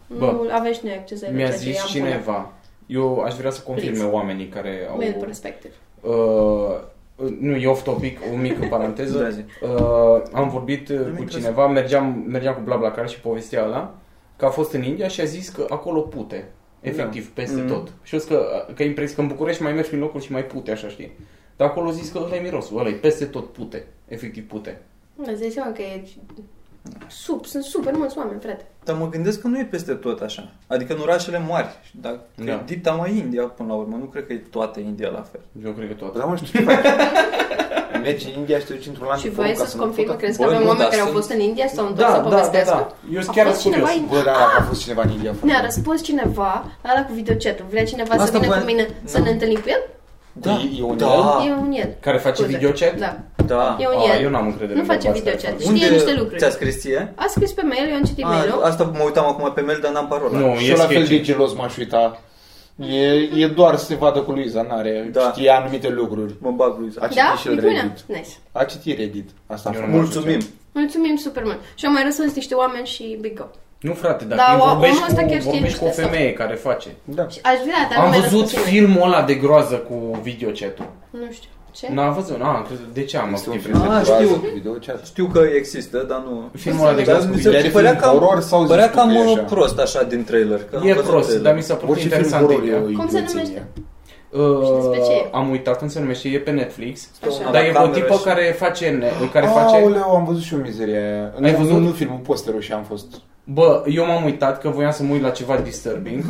Nu Bă, aveți și noi acces la ele, Mi-a ceea ce zis i-am cineva. Eu aș vrea să confirme Please. oamenii care pune. au... Mail perspective. Uh, nu, e off topic, o mică Da, paranteză. zi. Uh, am vorbit uh, cu interesant. cineva, mergeam, mergeam cu blabla care și povestea ăla, că a fost în India și a zis că acolo pute, efectiv, peste Mhm. tot. Și a zis că, uh, că e impresia că în București mai mergi prin locuri și mai pute, așa știi. Dar acolo a zis că ăla e mirosul, ăla e peste tot pute, efectiv pute. Îți dai seama că e... Sub, sunt super mulți oameni, frate. Dar mă gândesc că nu e peste tot așa. Adică în orașele mari. și Dacă Da. da. e dipta mai India până la urmă. Nu cred că e toată India la fel. Eu cred că toată. Da, mă, știu ce faci. Mergi în India și te duci într-un lanț Și de voi porumb ca să-ți nu confirmă, pută. crezi că Bă, avem nu, oameni dar care au sunt- fost în India sau întors să Da, da, da, povestească? da. Eu sunt A chiar fost cineva curios. în- Bă, da, a fost cineva în India. Ne-a răspuns cineva la ăla cu videochatul. Vrea cineva să Asta vină voiam- cu mine să ne întâlnim cu el? Da. E un Da. E un el. Care face Scuze. videochat? Da. Da. E un A, el. eu n-am încredere Nu în face bărbați care videochat. fac. Știe niște lucruri. ți-a scris ție? A scris pe mail, eu am citit A, mail-ul. asta mă uitam acum pe mail, dar n-am parola. Nu, Și la e fel sketchy. de gelos m-aș uita. E, e doar să se vadă cu Luiza, n-are, Da. știe anumite lucruri. Mă bag, Luisa. A citit Da? și E el bună. Reddit. Nice. A citit Reddit. Asta a Eu fost. nu m-aș Mulțumim. Mulțumim super mult. Și au mai răspuns niște oameni și big up. Nu frate, dacă Da, da, omul vorbești, ăsta chiar cu, știe vorbești cu o niște femeie care face. Da. Și aș vrea, dar nu Am mi-a văzut răspuns nimeni. filmul ăla de groază cu videochatul. Nu știu. Ce? N-am văzut, n-am crezut. De ce am Este un oprit? film de Ah, groază știu. cu videochat. Știu că există, dar nu... Filmul ăla de Dar groază cu mi Iar e se părea film cam, horror sau zici părea tu cam că e uh, așa? prost așa din trailer. Că am E văzut prost, trailer. dar mi s-a părut Orice film interesant horror e ideea. o Cum se idioție. numește? Uh, despre ce e? am uitat cum se numește, e pe Netflix. Stă una Dar la e o cameră tipă și- care face, ne- care face... Aoleu, am văzut și eu mizeria aia. Ai nu, văzut? Nu, nu filmul, posterul și am fost... Bă, eu m-am uitat că voiam să mă uit la ceva disturbing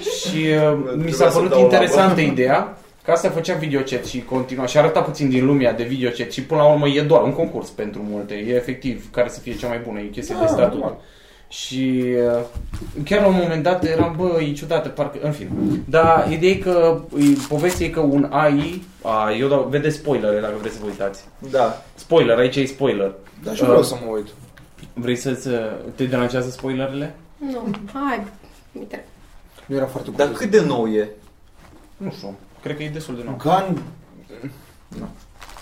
și uh, mi s-a Trebuia să părut dau la interesantă ideea că asta făcea videochat și continua și arăta puțin din lumea de videochat și până la urmă e doar un concurs pentru multe, e efectiv care să fie cea mai bună, e chestie de statut. normal. Și uh, chiar la un moment dat eram, bă, e ciudată, parcă, în fine. Dar ideea e că, e, povestea e că un AI, a, eu dau, vedeți spoilere dacă vreți să vă uitați. Da. Spoiler, aici e spoiler. Dar și eu vreau să mă uit. Vrei să să- te deranjează spoilerele? Nu. Hai. Uite. Nu era foarte Dar curios. cât de nou e? Nu știu, cred că e destul de nou. Gun...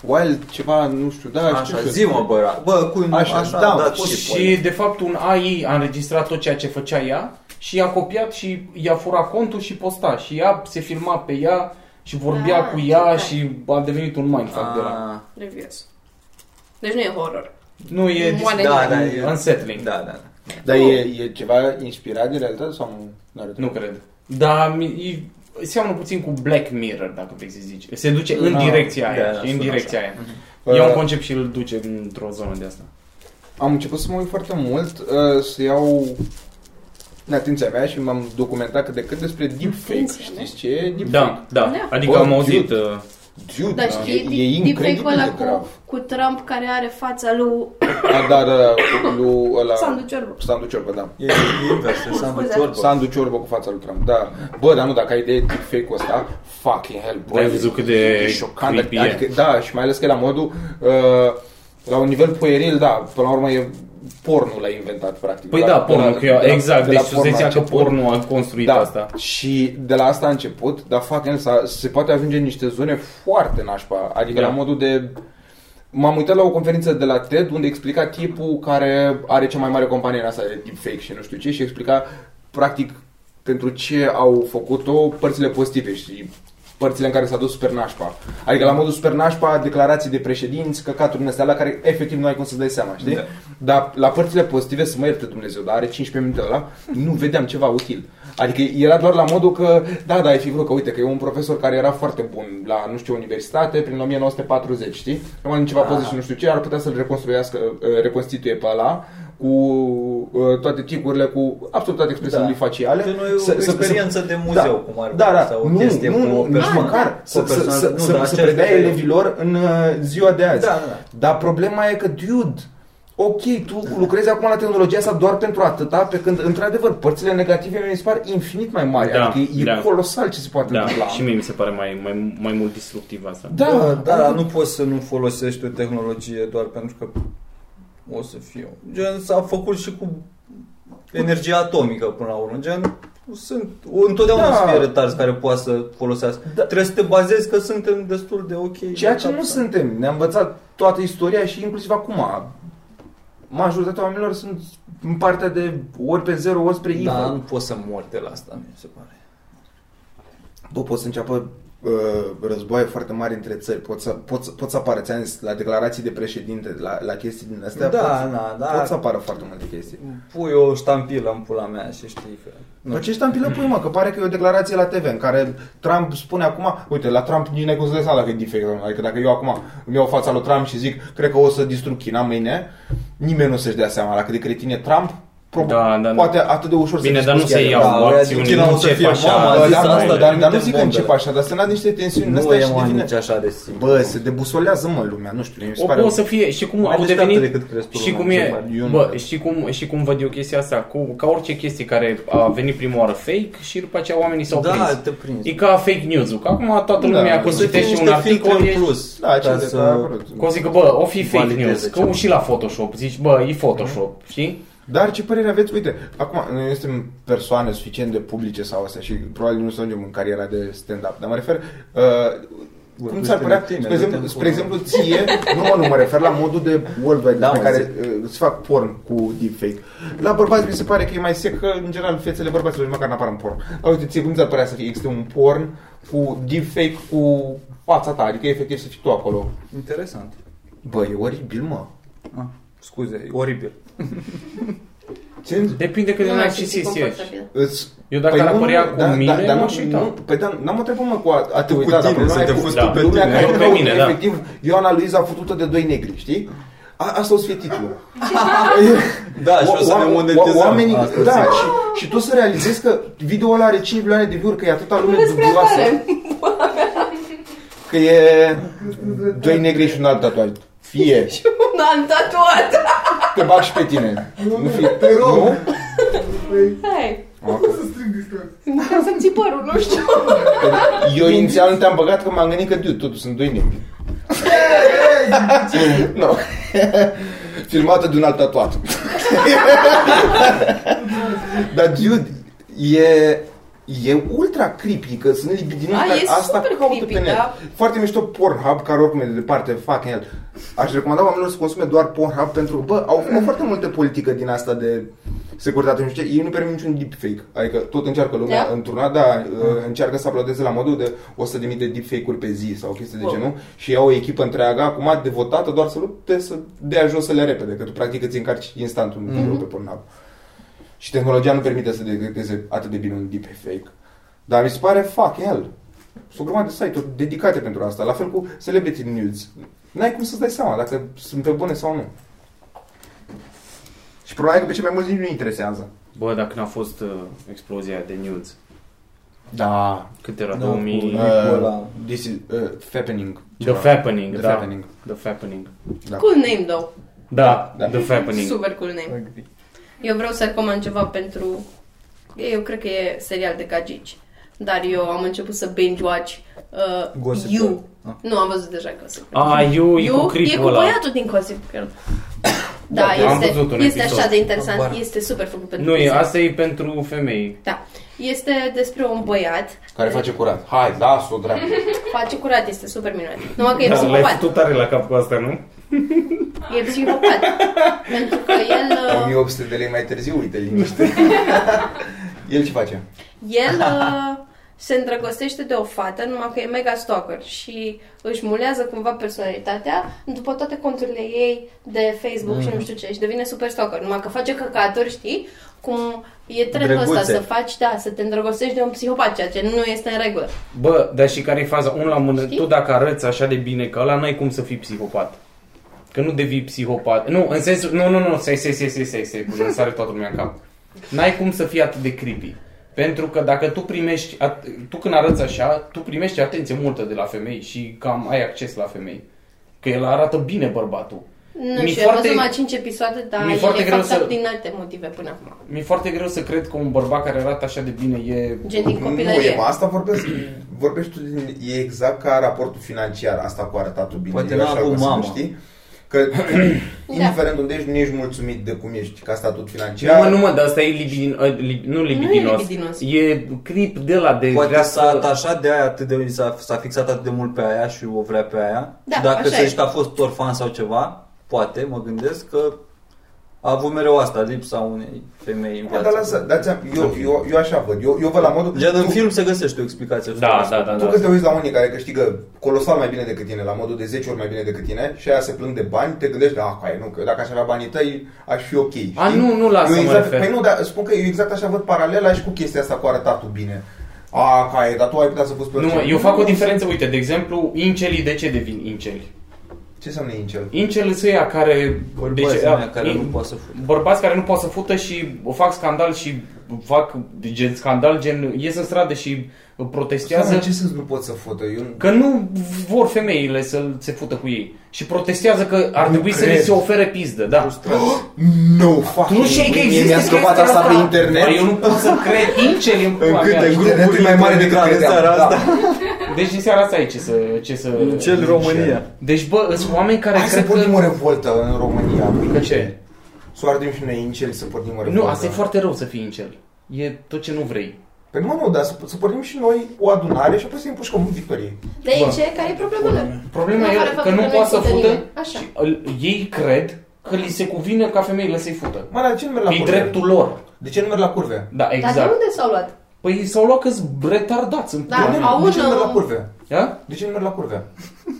Wild ceva, nu știu, da, știu Așa, și eu. zi mă, bă, bă, cu Așa, așa, da, da, și- păi? Și de fapt un AI a înregistrat tot ceea ce făcea ea și i-a copiat și i-a furat contul și posta și ea se filma pe ea și vorbea Ah, cu ea ce și a devenit un mindfuck de la. Ah, Reviews. Deci nu e horror. Nu e Moale dis- da, da, e- unsettling. da, da, da. Dar e, e ceva inspirat de realitate sau nu? N-are treabă. Nu cred. Dar mi- e seamănă puțin cu Black Mirror, dacă vrei să zici. Se duce în Ah, direcția da, aia, da, știi? în sună direcția aia. Uh, E un concept și îl duce într-o zonă de asta. Am început să mă uit foarte mult, uh, să iau în atenția mea și m-am documentat cât de cât despre deepfake. Atenția mea? Știți ce e deepfake? Da, da. Da. Adică Bă, am auzit... dude. Uh, Dude, Dar e, Da. e știi incredibil deepfake-ul de ăla grav. cu, cu Trump care are fața lui Ah, da, da, da, lui ăla... Sandu Ciorbă. Sandu Ciorbă, da. E, e invers, e Sandul Sandu Scuze. Ciorbă. Sandu Ciorbă cu fața lui Trump, da. Bă, dar nu, dacă ai idee de fake-ul ăsta, fucking hell, bă. Dar ai văzut cât de șocant. creepy e. Adică, da, și mai ales că e la modul, uh, la un nivel pueril, da, până la urmă e pornul l-a inventat, practic. păi De da, la- de la- pornul, că eu, de la- exact. da. de la Deci porn la suzeția că început. pornul a construit da. asta. Și de la asta a început, dar fac el, s-a- se poate ajunge în niște zone foarte nașpa, adică Da. la modul de M-am uitat la o conferință de la TED unde explica tipul care are cea mai mare companie în asta de deepfake și nu știu ce și explica practic pentru ce au făcut-o părțile pozitive și părțile în care s-a dus super nașpa. Adică la modul super nașpa, declarații de președinți, căcaturi din astea la care efectiv nu ai cum să-ți dai seama, știi? Da. Dar la părțile pozitive, să mă ierte Dumnezeu, dar are 15 minute la nu vedeam ceva util. Adică era doar la modul că, da, da, ai fi vrut că, uite, că e un profesor care era foarte bun la, nu știu, ce universitate, prin 1940, știi? Numai în ceva Ah. poze și nu știu ce, ar putea să-l reconstruiască, uh, reconstituie pe ăla cu uh, toate ticurile, cu absolut toate expresiunile Da. faciale. Gen, e o experiență de muzeu, cum ar da, fi, da. sau o nu, chestie nu, cu nu, o nici persoană- măcar. cu o Să, să, persoană- să, nu, să, dar să acesta predea e- elevilor în uh, ziua de azi. Da, da. Dar problema e că, dude, ok, tu lucrezi acum la tehnologia asta doar pentru atâta, pe când, într-adevăr, părțile negative mi se par infinit mai mari. Da, adică e da. colosal ce se poate Da, întâmpla. și mie mi se pare mai, mai, mai mult destructiv asta. da, Da, dar nu poți să nu folosești o tehnologie doar pentru că o să fiu. Gen, s-a făcut și cu energia atomică până la urmă. Gen, sunt, întotdeauna Da. da. să fie retarzi care poate să folosească. Da. Da. Trebuie să te bazezi că suntem destul de ok. Ceea ce Da, nu da. suntem. Ne-a învățat toată istoria și inclusiv acum. Majoritatea oamenilor sunt în partea de ori pe zero, ori spre evil. Da, nu poți să mori de la asta, mi se pare. Bă, pot să înceapă uh, războaie foarte mari între țări. Pot să, pot, să- pot să apară, ți-am zis, la declarații de președinte, la, la chestii din astea. Da, pot, da, pot să da. apară foarte multe chestii. Pui o ștampilă în pula mea și știi că... Nu. Nu. ce ștampilă pui, mă? Că pare că e o declarație la TV în care Trump spune acum... Uite, la Trump nici n-ai cum să dai seama dacă e defect sau nu. Adică dacă eu acum îmi iau fața lui Trump și zic cred că o să distrug China mâine, nimeni nu să-și dea seama. Dacă de cretin e Trump, prob- Da, da, da. poate atât de ușor Bine, să dar nu distrugi se chiar. iau Da, da, aia acțiuni, zic, nu o să încep fie așa. da, mama, Bă, a zis dar, asta, dar nu, dar, dar nu uite zic că încep bombele. așa, dar se n-a niște tensiuni. în Nu astea e și mai devine... nici așa de simplu. Bă, se debusolează, mă, lumea, nu știu, mi se O, pare... o să fie, și cum Mai au deșteaptă devenit, decât crezi tu, și Roman, cum cel e, mai- eu nu bă, cred. și cum, și cum văd eu chestia asta, cu, ca orice chestie care a venit prima oară fake și după aceea oamenii s-au Da, prins. te prinzi. E ca fake news-ul, că acum toată Da, lumea o da, să Uite citește un articol, ești, plus. Da, ce ca de să- da, acolo. că o zic că, bă, o fi fake Valideze news, că ceva. și la Photoshop, zici, bă, e Photoshop, știi? Dar ce părere aveți? Uite, acum noi nu suntem persoane suficient de publice sau astea și probabil nu ajungem în cariera de stand-up, dar mă refer... Uh, cum Vorbește ți-ar părea, de tine, spre, exemplu, du-te-n spre exemplu, ție, nu mă, nu mă refer la modul de worldwide Da, da, pe mă, care uh, îți fac porn cu deepfake. La bărbați mi se pare că e mai sec, că în general fețele bărbaților nici măcar n-apar în porn. Dar uite, ție cum ți-ar părea să fie, există un porn cu deepfake cu fața ta, adică efectiv să fii tu acolo. Interesant. Bă, e oribil, mă. Ah, scuze, e oribil. Ce Depinde cât de Nu mai narcisist ești. îți Eu dacă Păi ar nu, apărea nu, cu da, da, mine, dar nu- m-aș uita. nu, Păi da, n-am întrebat mă cu a, a te Cu uita, dar tine, problema să e te cu- fuzi da, tu pe lumea tine. care Eu pe caută mine, da. Efectiv, Ioana Luiza futută de doi negri, știi? A, asta o să fie titlul. Da, și o să ne Oa- monetizăm. Oamenii, Asta da, zic. și, și tu să realizezi că videoul ăla are 5 milioane de view-uri, că e atâta lume despre dubioasă, tare. că e doi negri și un alt tatuaj. Fie, Un alt tatuat. te bag și pe tine. Nu fie, te rog. Nu? Hai. Ok. Vreau să-mi ții părul, nu știu. Eu inițial nu te-am băgat că m-am gândit că, dude, totuși sunt doi negri. nu. Filmată de un alt tatuat. Dar, dude, e... E ultra creepy, că sunt libidinoși, A, dar e asta super caută creepy, pe net. da. Foarte mișto Pornhub, care oricum e de departe, fucking el. Aș recomanda oamenilor să consume doar Pornhub pentru că, bă, au Mm. făcut foarte multe politică din asta de securitate. Nu știu, ce. ei nu permit niciun deepfake. Adică tot încearcă lumea Da? Mm. într-una, dar uh, încearcă să aplodeze la modul de 100.000 de deepfake-uri pe zi sau chestii de genul și iau o echipă întreagă acum devotată doar să lupte să dea jos să le repede, că tu practic îți încarci instant Mm-hmm. un video pe Pornhub. Și tehnologia nu permite să detecteze atât de bine un deepfake. Dar mi se pare fuck hell. Sunt o grămadă de site-uri dedicate pentru asta, la fel cu celebrity nudes. N-ai cum să-ți dai seama dacă sunt pe bune sau nu. Și problema e că pe cei mai mulți nici nu interesează. Bă, dacă n-a fost uh, explozia de nudes. Da. Cât era? Da, 2000? cu, uh, this is, uh, fappening. da. The Fappening, The da. Fappening. The Fappening. Da. Cool name, though. Da, The Fappening. Super cool name. Eu vreau să recomand ceva pentru... Eu cred că e serial de gagici. Dar eu am început să binge-watch uh, Gossip Girl. You. Ah. Nu, am văzut deja Gossip Girl. Ah, eu, e cu You e clipul cu ăla. băiatul din Gossip Girl. Da, da, am este, văzut un este episod. așa de interesant. Habar. Este super făcut pentru Nu, e, copii. asta e pentru femei. Da. Este despre un băiat, Care face curat. Hai, da, s-o dracu. face curat, este super minunat. Numai că e Da, l-ai psihopat. făcut tare la cap cu asta, nu? E psihopat. pentru că el... uh, 1800 de lei mai târziu, uite, liniște. El ce face? El uh, se îndrăgostește de o fată, numai că e mega stalker și își mulează cumva personalitatea după toate conturile ei de Facebook și nu știu ce și devine super stalker, numai că face căcaturi, știi? Cum e trendul ăsta Drăguțe. să faci, da, să te îndrăgostești de un psihopat, ceea ce nu este în regulă. Bă, dar și care e faza? Un la mână, Știi? tu dacă arăți așa de bine ca ăla, n-ai cum să fii psihopat. Că nu devii psihopat. Nu, în sensul... Nu, nu, nu, stai, stai, stai, stai, stai, stai, bună, sare toată lumea în cap. N-ai cum să fii atât de creepy. Pentru că dacă tu primești, at- tu când arăți așa, tu primești atenție multă de la femei și cam ai acces la femei. Că el arată bine bărbatul. Nu Mi-e știu, foarte- am văzut numai 5 episoade, da. dar mi-e e foarte foarte greu să- din alte motive până acum. Mi-e foarte greu să cred că un bărbat care arată așa de bine e... Gen din Nu, e, copilărie. mă, asta vorbesc, vorbești tu, din, e exact ca raportul financiar, asta cu arătatul bine. Poate Eu n-a așa avut vreau să mama. nu Știi? Că, indiferent unde ești, nu ești mulțumit de cum ești ca statut financiar. Nu mă, nu mă, dar asta e libidin, a, lib, nu libidinos. libidinos. E creep de la de Poate vrea s-a atașat de aia atât de s-a, s-a fixat atât de mult pe aia și o vrea pe aia. Da, Dacă așa să e. zici că a fost orfan sau ceva, poate, mă gândesc că a avut mereu asta, lipsa unei femei în Bă, viață. Da, Dar lasă, dați eu, eu, eu așa văd, eu, eu văd la modul... Gen, în tu- film se găsește o explicație. Da, da, da, Tu da. când te uiți la unii care câștigă colosal mai bine decât tine, la modul de 10 ori mai bine decât tine, și aia se plâng de bani, te gândești, da, hai, nu, că dacă aș avea banii tăi, aș fi ok. Știi? A, nu, nu, lasă, Eu mă exact, refer. Păi nu, dar spun că eu exact așa văd paralela și cu chestia asta cu arătatul bine. A, hai, dar tu ai putea să poți pe Nu, orice. eu fac o diferență, uite, de exemplu, incelii de ce devin inceli? Ce înseamnă incel? Incel sunt ăia care... Bărbații deci, ăia a- care nu pot să fute. Bărbați care nu pot să fută și fac scandal și fac gen scandal, gen ies în stradă și protestează. Doamne, ce să nu pot să fotă? Eu nu- Că nu vor femeile să se fută cu ei. Și protestează că ar Nu trebui să li cred. se ofere pizdă, da. No, fuck. Tu nu știi că există Mi-a scăpat chestia asta pe internet. Bă, Eu nu pot să cred inceli în pula Încât mea. de internetul e mai mare decât intrat în credeam. seara Da. asta. Deci în seara asta e ce să... Ce să... Cel România. Deci bă, sunt oameni care Hai să cred pornim o că... revoltă în România. cu Că incel. ce? Să o ardem și noi inceli să pornim o revoltă. Nu, asta e foarte rău să fii incel. E tot ce nu vrei. Păi nu, nu, dar să, să pornim și noi o adunare și apoi să împușcăm victorie. De aici, care e problema lor? Problema În e afară că faptul nu că nu poate să există fută nimeni. Așa. și îl- ei cred că li se cuvine ca femeile să-i fută. Mă, dar de ce nu merg la E curve? dreptul lor. De ce nu merg la curve? Da, Dar de exact. unde s-au luat? Păi s-au luat că-s retardați în Da, pula mea. au de ce nu un- merg la curve? Da? De ce nu merg la curve?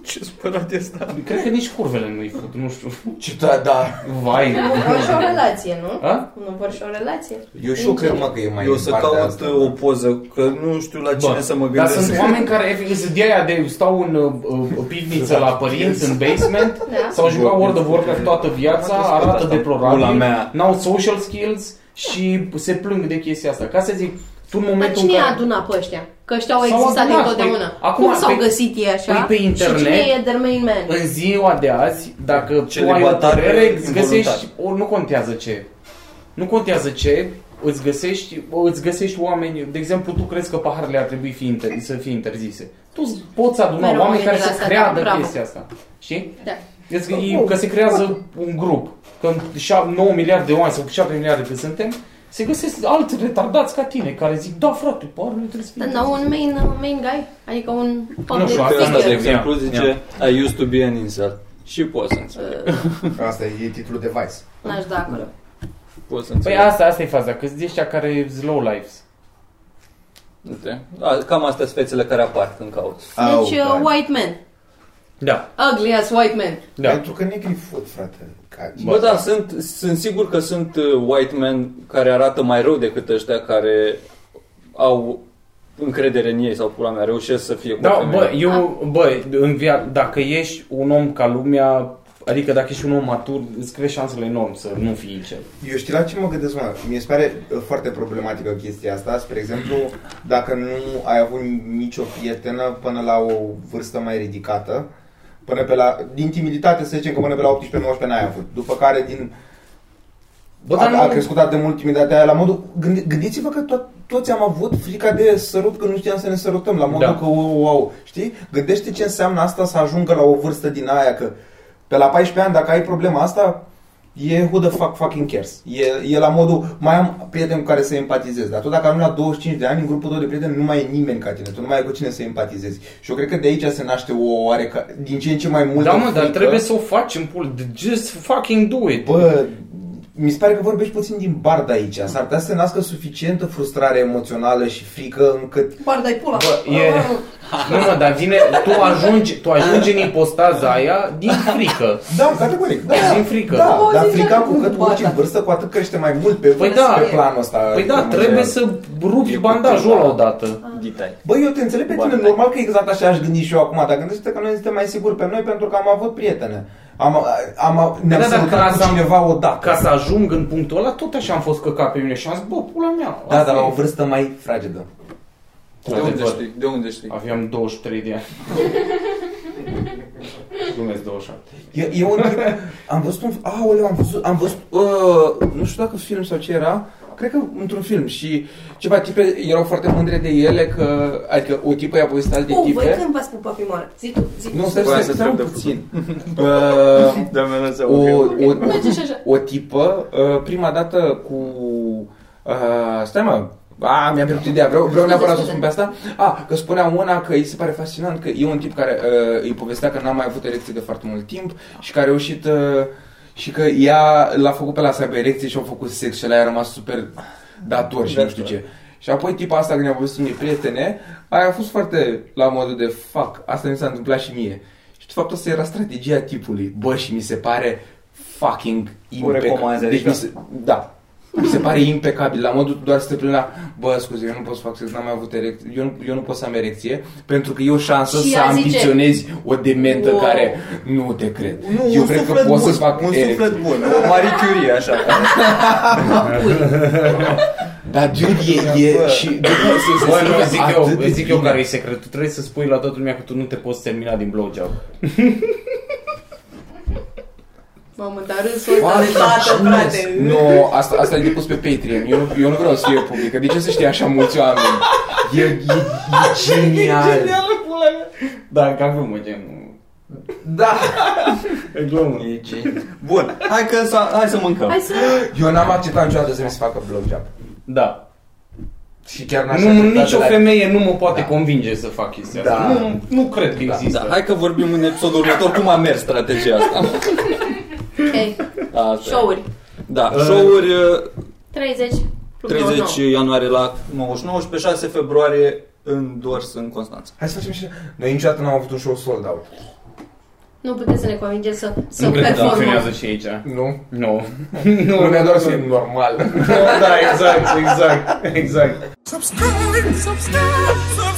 Ce spărat e asta? Cred că nici curvele nu-i fut, nu știu. Ce da, da. Vai. Nu vor și o relație, nu? A? Nu vor și o relație. Eu și eu cred, mă, că e mai Eu o să în partea caut uh, asta. da. o poză, că nu știu la cine să mă dar gândesc. sunt oameni care efectiv sunt de aia de stau în uh, uh, pivniță la părinți, în basement, Da. s-au jucat World of Warcraft toată viața, arată Pula deplorabil, mea. n-au social skills și se plâng de chestia asta. Ca să zic, tu în Dar momentul cine în i-a care... adunat pe ăștia? Că ăștia au S-au existat adunat, întotdeauna. păi, acum, Cum s-au pe- găsit ei așa? păi, pe Și cine internet- Păi- e the main man? În ziua de azi, dacă tu ai o Celibatar părere, îți involuntar. găsești, o, nu contează ce. Nu contează ce, îți găsești, îți găsești oameni, de exemplu, tu crezi că paharele ar trebui fi inter, să fie interzise. Tu îți poți aduna Mereu oameni mă care gândesc să la asta, creadă da, bravo. chestia asta. Știi? Da. Deci că, e- că se creează un grup, că 9 miliarde de oameni sau 7 miliarde cât suntem, se găsesc alți retardați ca tine, care zic, da frate, paharele trebuie să fie Dar n-au un main, uh, main guy? Adică un public știu, asta Asta, de figure. zic. exemplu, Ia. zice I used to be an incel. Și poți să înțeleg. Asta e titlul de Vice. N-aș da acolo. Poți să Păi înțeleg. asta, asta e faza, că sunt ăștia care slow lives. Uite. A, Cam astea sunt fețele care apar când cauți. Au, Deci, uh, da. white man. Da, Ugly as white man. da. Pentru că negrii fut, frate. Ca- Bă, da, sunt, sunt sigur că sunt uh, white men care arată mai rău decât ăștia care au încredere în ei sau pula mea, reușesc să fie cu Da, femeia. bă, eu, bă, în via, dacă ești un om ca lumea, adică dacă ești un om matur, îți crește șansele enorm să nu fii incel. Eu știu la ce mă gândesc, mă. Mi se pare uh, foarte problematică chestia asta. Spre exemplu, dacă nu ai avut nicio prietenă până la o vârstă mai ridicată, până pe la, din timiditate să zicem că până pe la 18-19 n-ai avut. După care din Bă, dar a, a nu- crescut atât de mult timiditatea aia la modul... Gândi, gândiți-vă că tot, toți am avut frica de sărut că nu știam să ne sărutăm, la modul Da. da. că wow, wow, știi? Gândește ce înseamnă asta să ajungă la o vârstă din aia, că pe la 14 ani, dacă ai problema asta, e who the fuck fucking cares. E, e la modul, mai am prieteni cu care să empatizez, dar tu dacă ajungi la 25 de ani, în grupul tău de prieteni nu mai e nimeni ca tine, tu nu mai ai cu cine să empatizezi. Și eu cred că de aici se naște o oarecă, din ce în ce mai mult. Da, mă, dar trebuie să o faci în pul. Just fucking do it. Bă, mi se pare că vorbești puțin din bard aici. S-ar putea să se nască suficientă frustrare emoțională și frică încât... Barda-i pula. Bă, e... Nu, mă, dar vine... Tu ajungi, tu ajungi în ipostaza aia din frică. Da, categoric. Da, Din frică. Da, O, dar ziceam frica că cu cât bata. urci în vârstă, cu atât crește mai mult pe, Păi da. pe planul ăsta. Păi da, Rămâne- trebuie să rupi bandajul ăla odată. Ditai. Bă, eu te înțeleg pe tine, Bata. normal că exact așa aș gândi și eu acum, dar gândește că noi suntem mai siguri pe noi pentru că am avut prietene. Am, am, ne-am Da, da, salutat ca cu să- cineva odată. Ca să ajung în punctul ăla, tot așa am fost căcat pe mine și am zis, bă, pula mea. Da, asta dar la e. o vârstă mai fragedă. De unde Adevăr. știi? De unde știi? Aveam 23 de ani. Glumesc 27. E, e un tip, am văzut un, aoleu, am văzut, am văzut, uh, nu știu dacă film sau ce era, cred că într-un film și ceva tipe erau foarte mândre de ele că, adică o tipă i-a povestit de Oh, voi tipe. când v-ați pupat prima oară? Zi tu, zi tu. Nu, stai, Voiam stai, să stai, stai întreb de puțin. Uh, Da, mi-a lăsat o, o, o, Merge și așa. o tipă, uh, prima dată cu... Uh, stai mă, a, mi-am pierdut ideea, vreau, vreau neapărat să spun pe asta. A, că spunea una că îi se pare fascinant că e un tip care uh, îi povestea că n-a mai avut erecție de foarte mult timp și că a reușit... Uh, și că ea l-a făcut pe la să aibă erecție și au făcut sex și la a rămas super dator și nu știu ce. Și apoi tipa asta când i-a povestit unei prietene, aia a fost foarte la modul de fuck, asta mi s-a întâmplat și mie. Și de fapt asta era strategia tipului. Bă, și mi se pare fucking impecabil. recomandă, Deci adică. mi se, da. Mi se pare impecabil, la modul doar să te plângi la Bă, scuze, eu nu pot să fac sex, n-am mai avut erecție eu nu, eu nu pot să am erecție Pentru că e o șansă Și să ea zice, ambiționezi o dementă "Wow." care Nu te cred Nu, Eu un cred că suflet pot să bun, fac un erecție suflet bun. O Marie Curie, așa. Dar dude, e, e Bă. și dude, se, se Bă, nu, simte zic atât eu, de zic eu bine. care e secretul. Trebuie să spui la toată lumea că tu nu te poți termina din blowjob. Mamă, dar râsul ăsta Foarte de tată, frumos. frate. Nu, asta, asta e depus pe Patreon. Eu, nu- eu nu vreau să fie publică. De ce să știe așa mulți oameni? E, e, e genial. Da, ca glumă, gen... Da. E glumă. Bun, hai, că să, hai să mâncăm. Hai să... Eu n-am acceptat niciodată să mi se facă blowjob. Da. Și chiar n-aș Nu, accepta nicio de la- femeie nu mă poate convinge să fac chestia asta. Da. Nu, nu cred că există. Da, hai că vorbim în episodul următor cum a mers strategia asta. Ok, asta e. show-uri. Da, show-uri uh, 30 plus 30 29. ianuarie la 99 și pe 6 februarie în Dors, în Constanța. Hai să facem și... Noi niciodată n-am avut un show sold out. Nu puteți să ne convingeți să, să Nu cred că funcționează performăm. și aici. Nu? Nu. Nu, ne doar să fim normal. da, exact, exact, exact. Subscribe, subscribe, subscribe.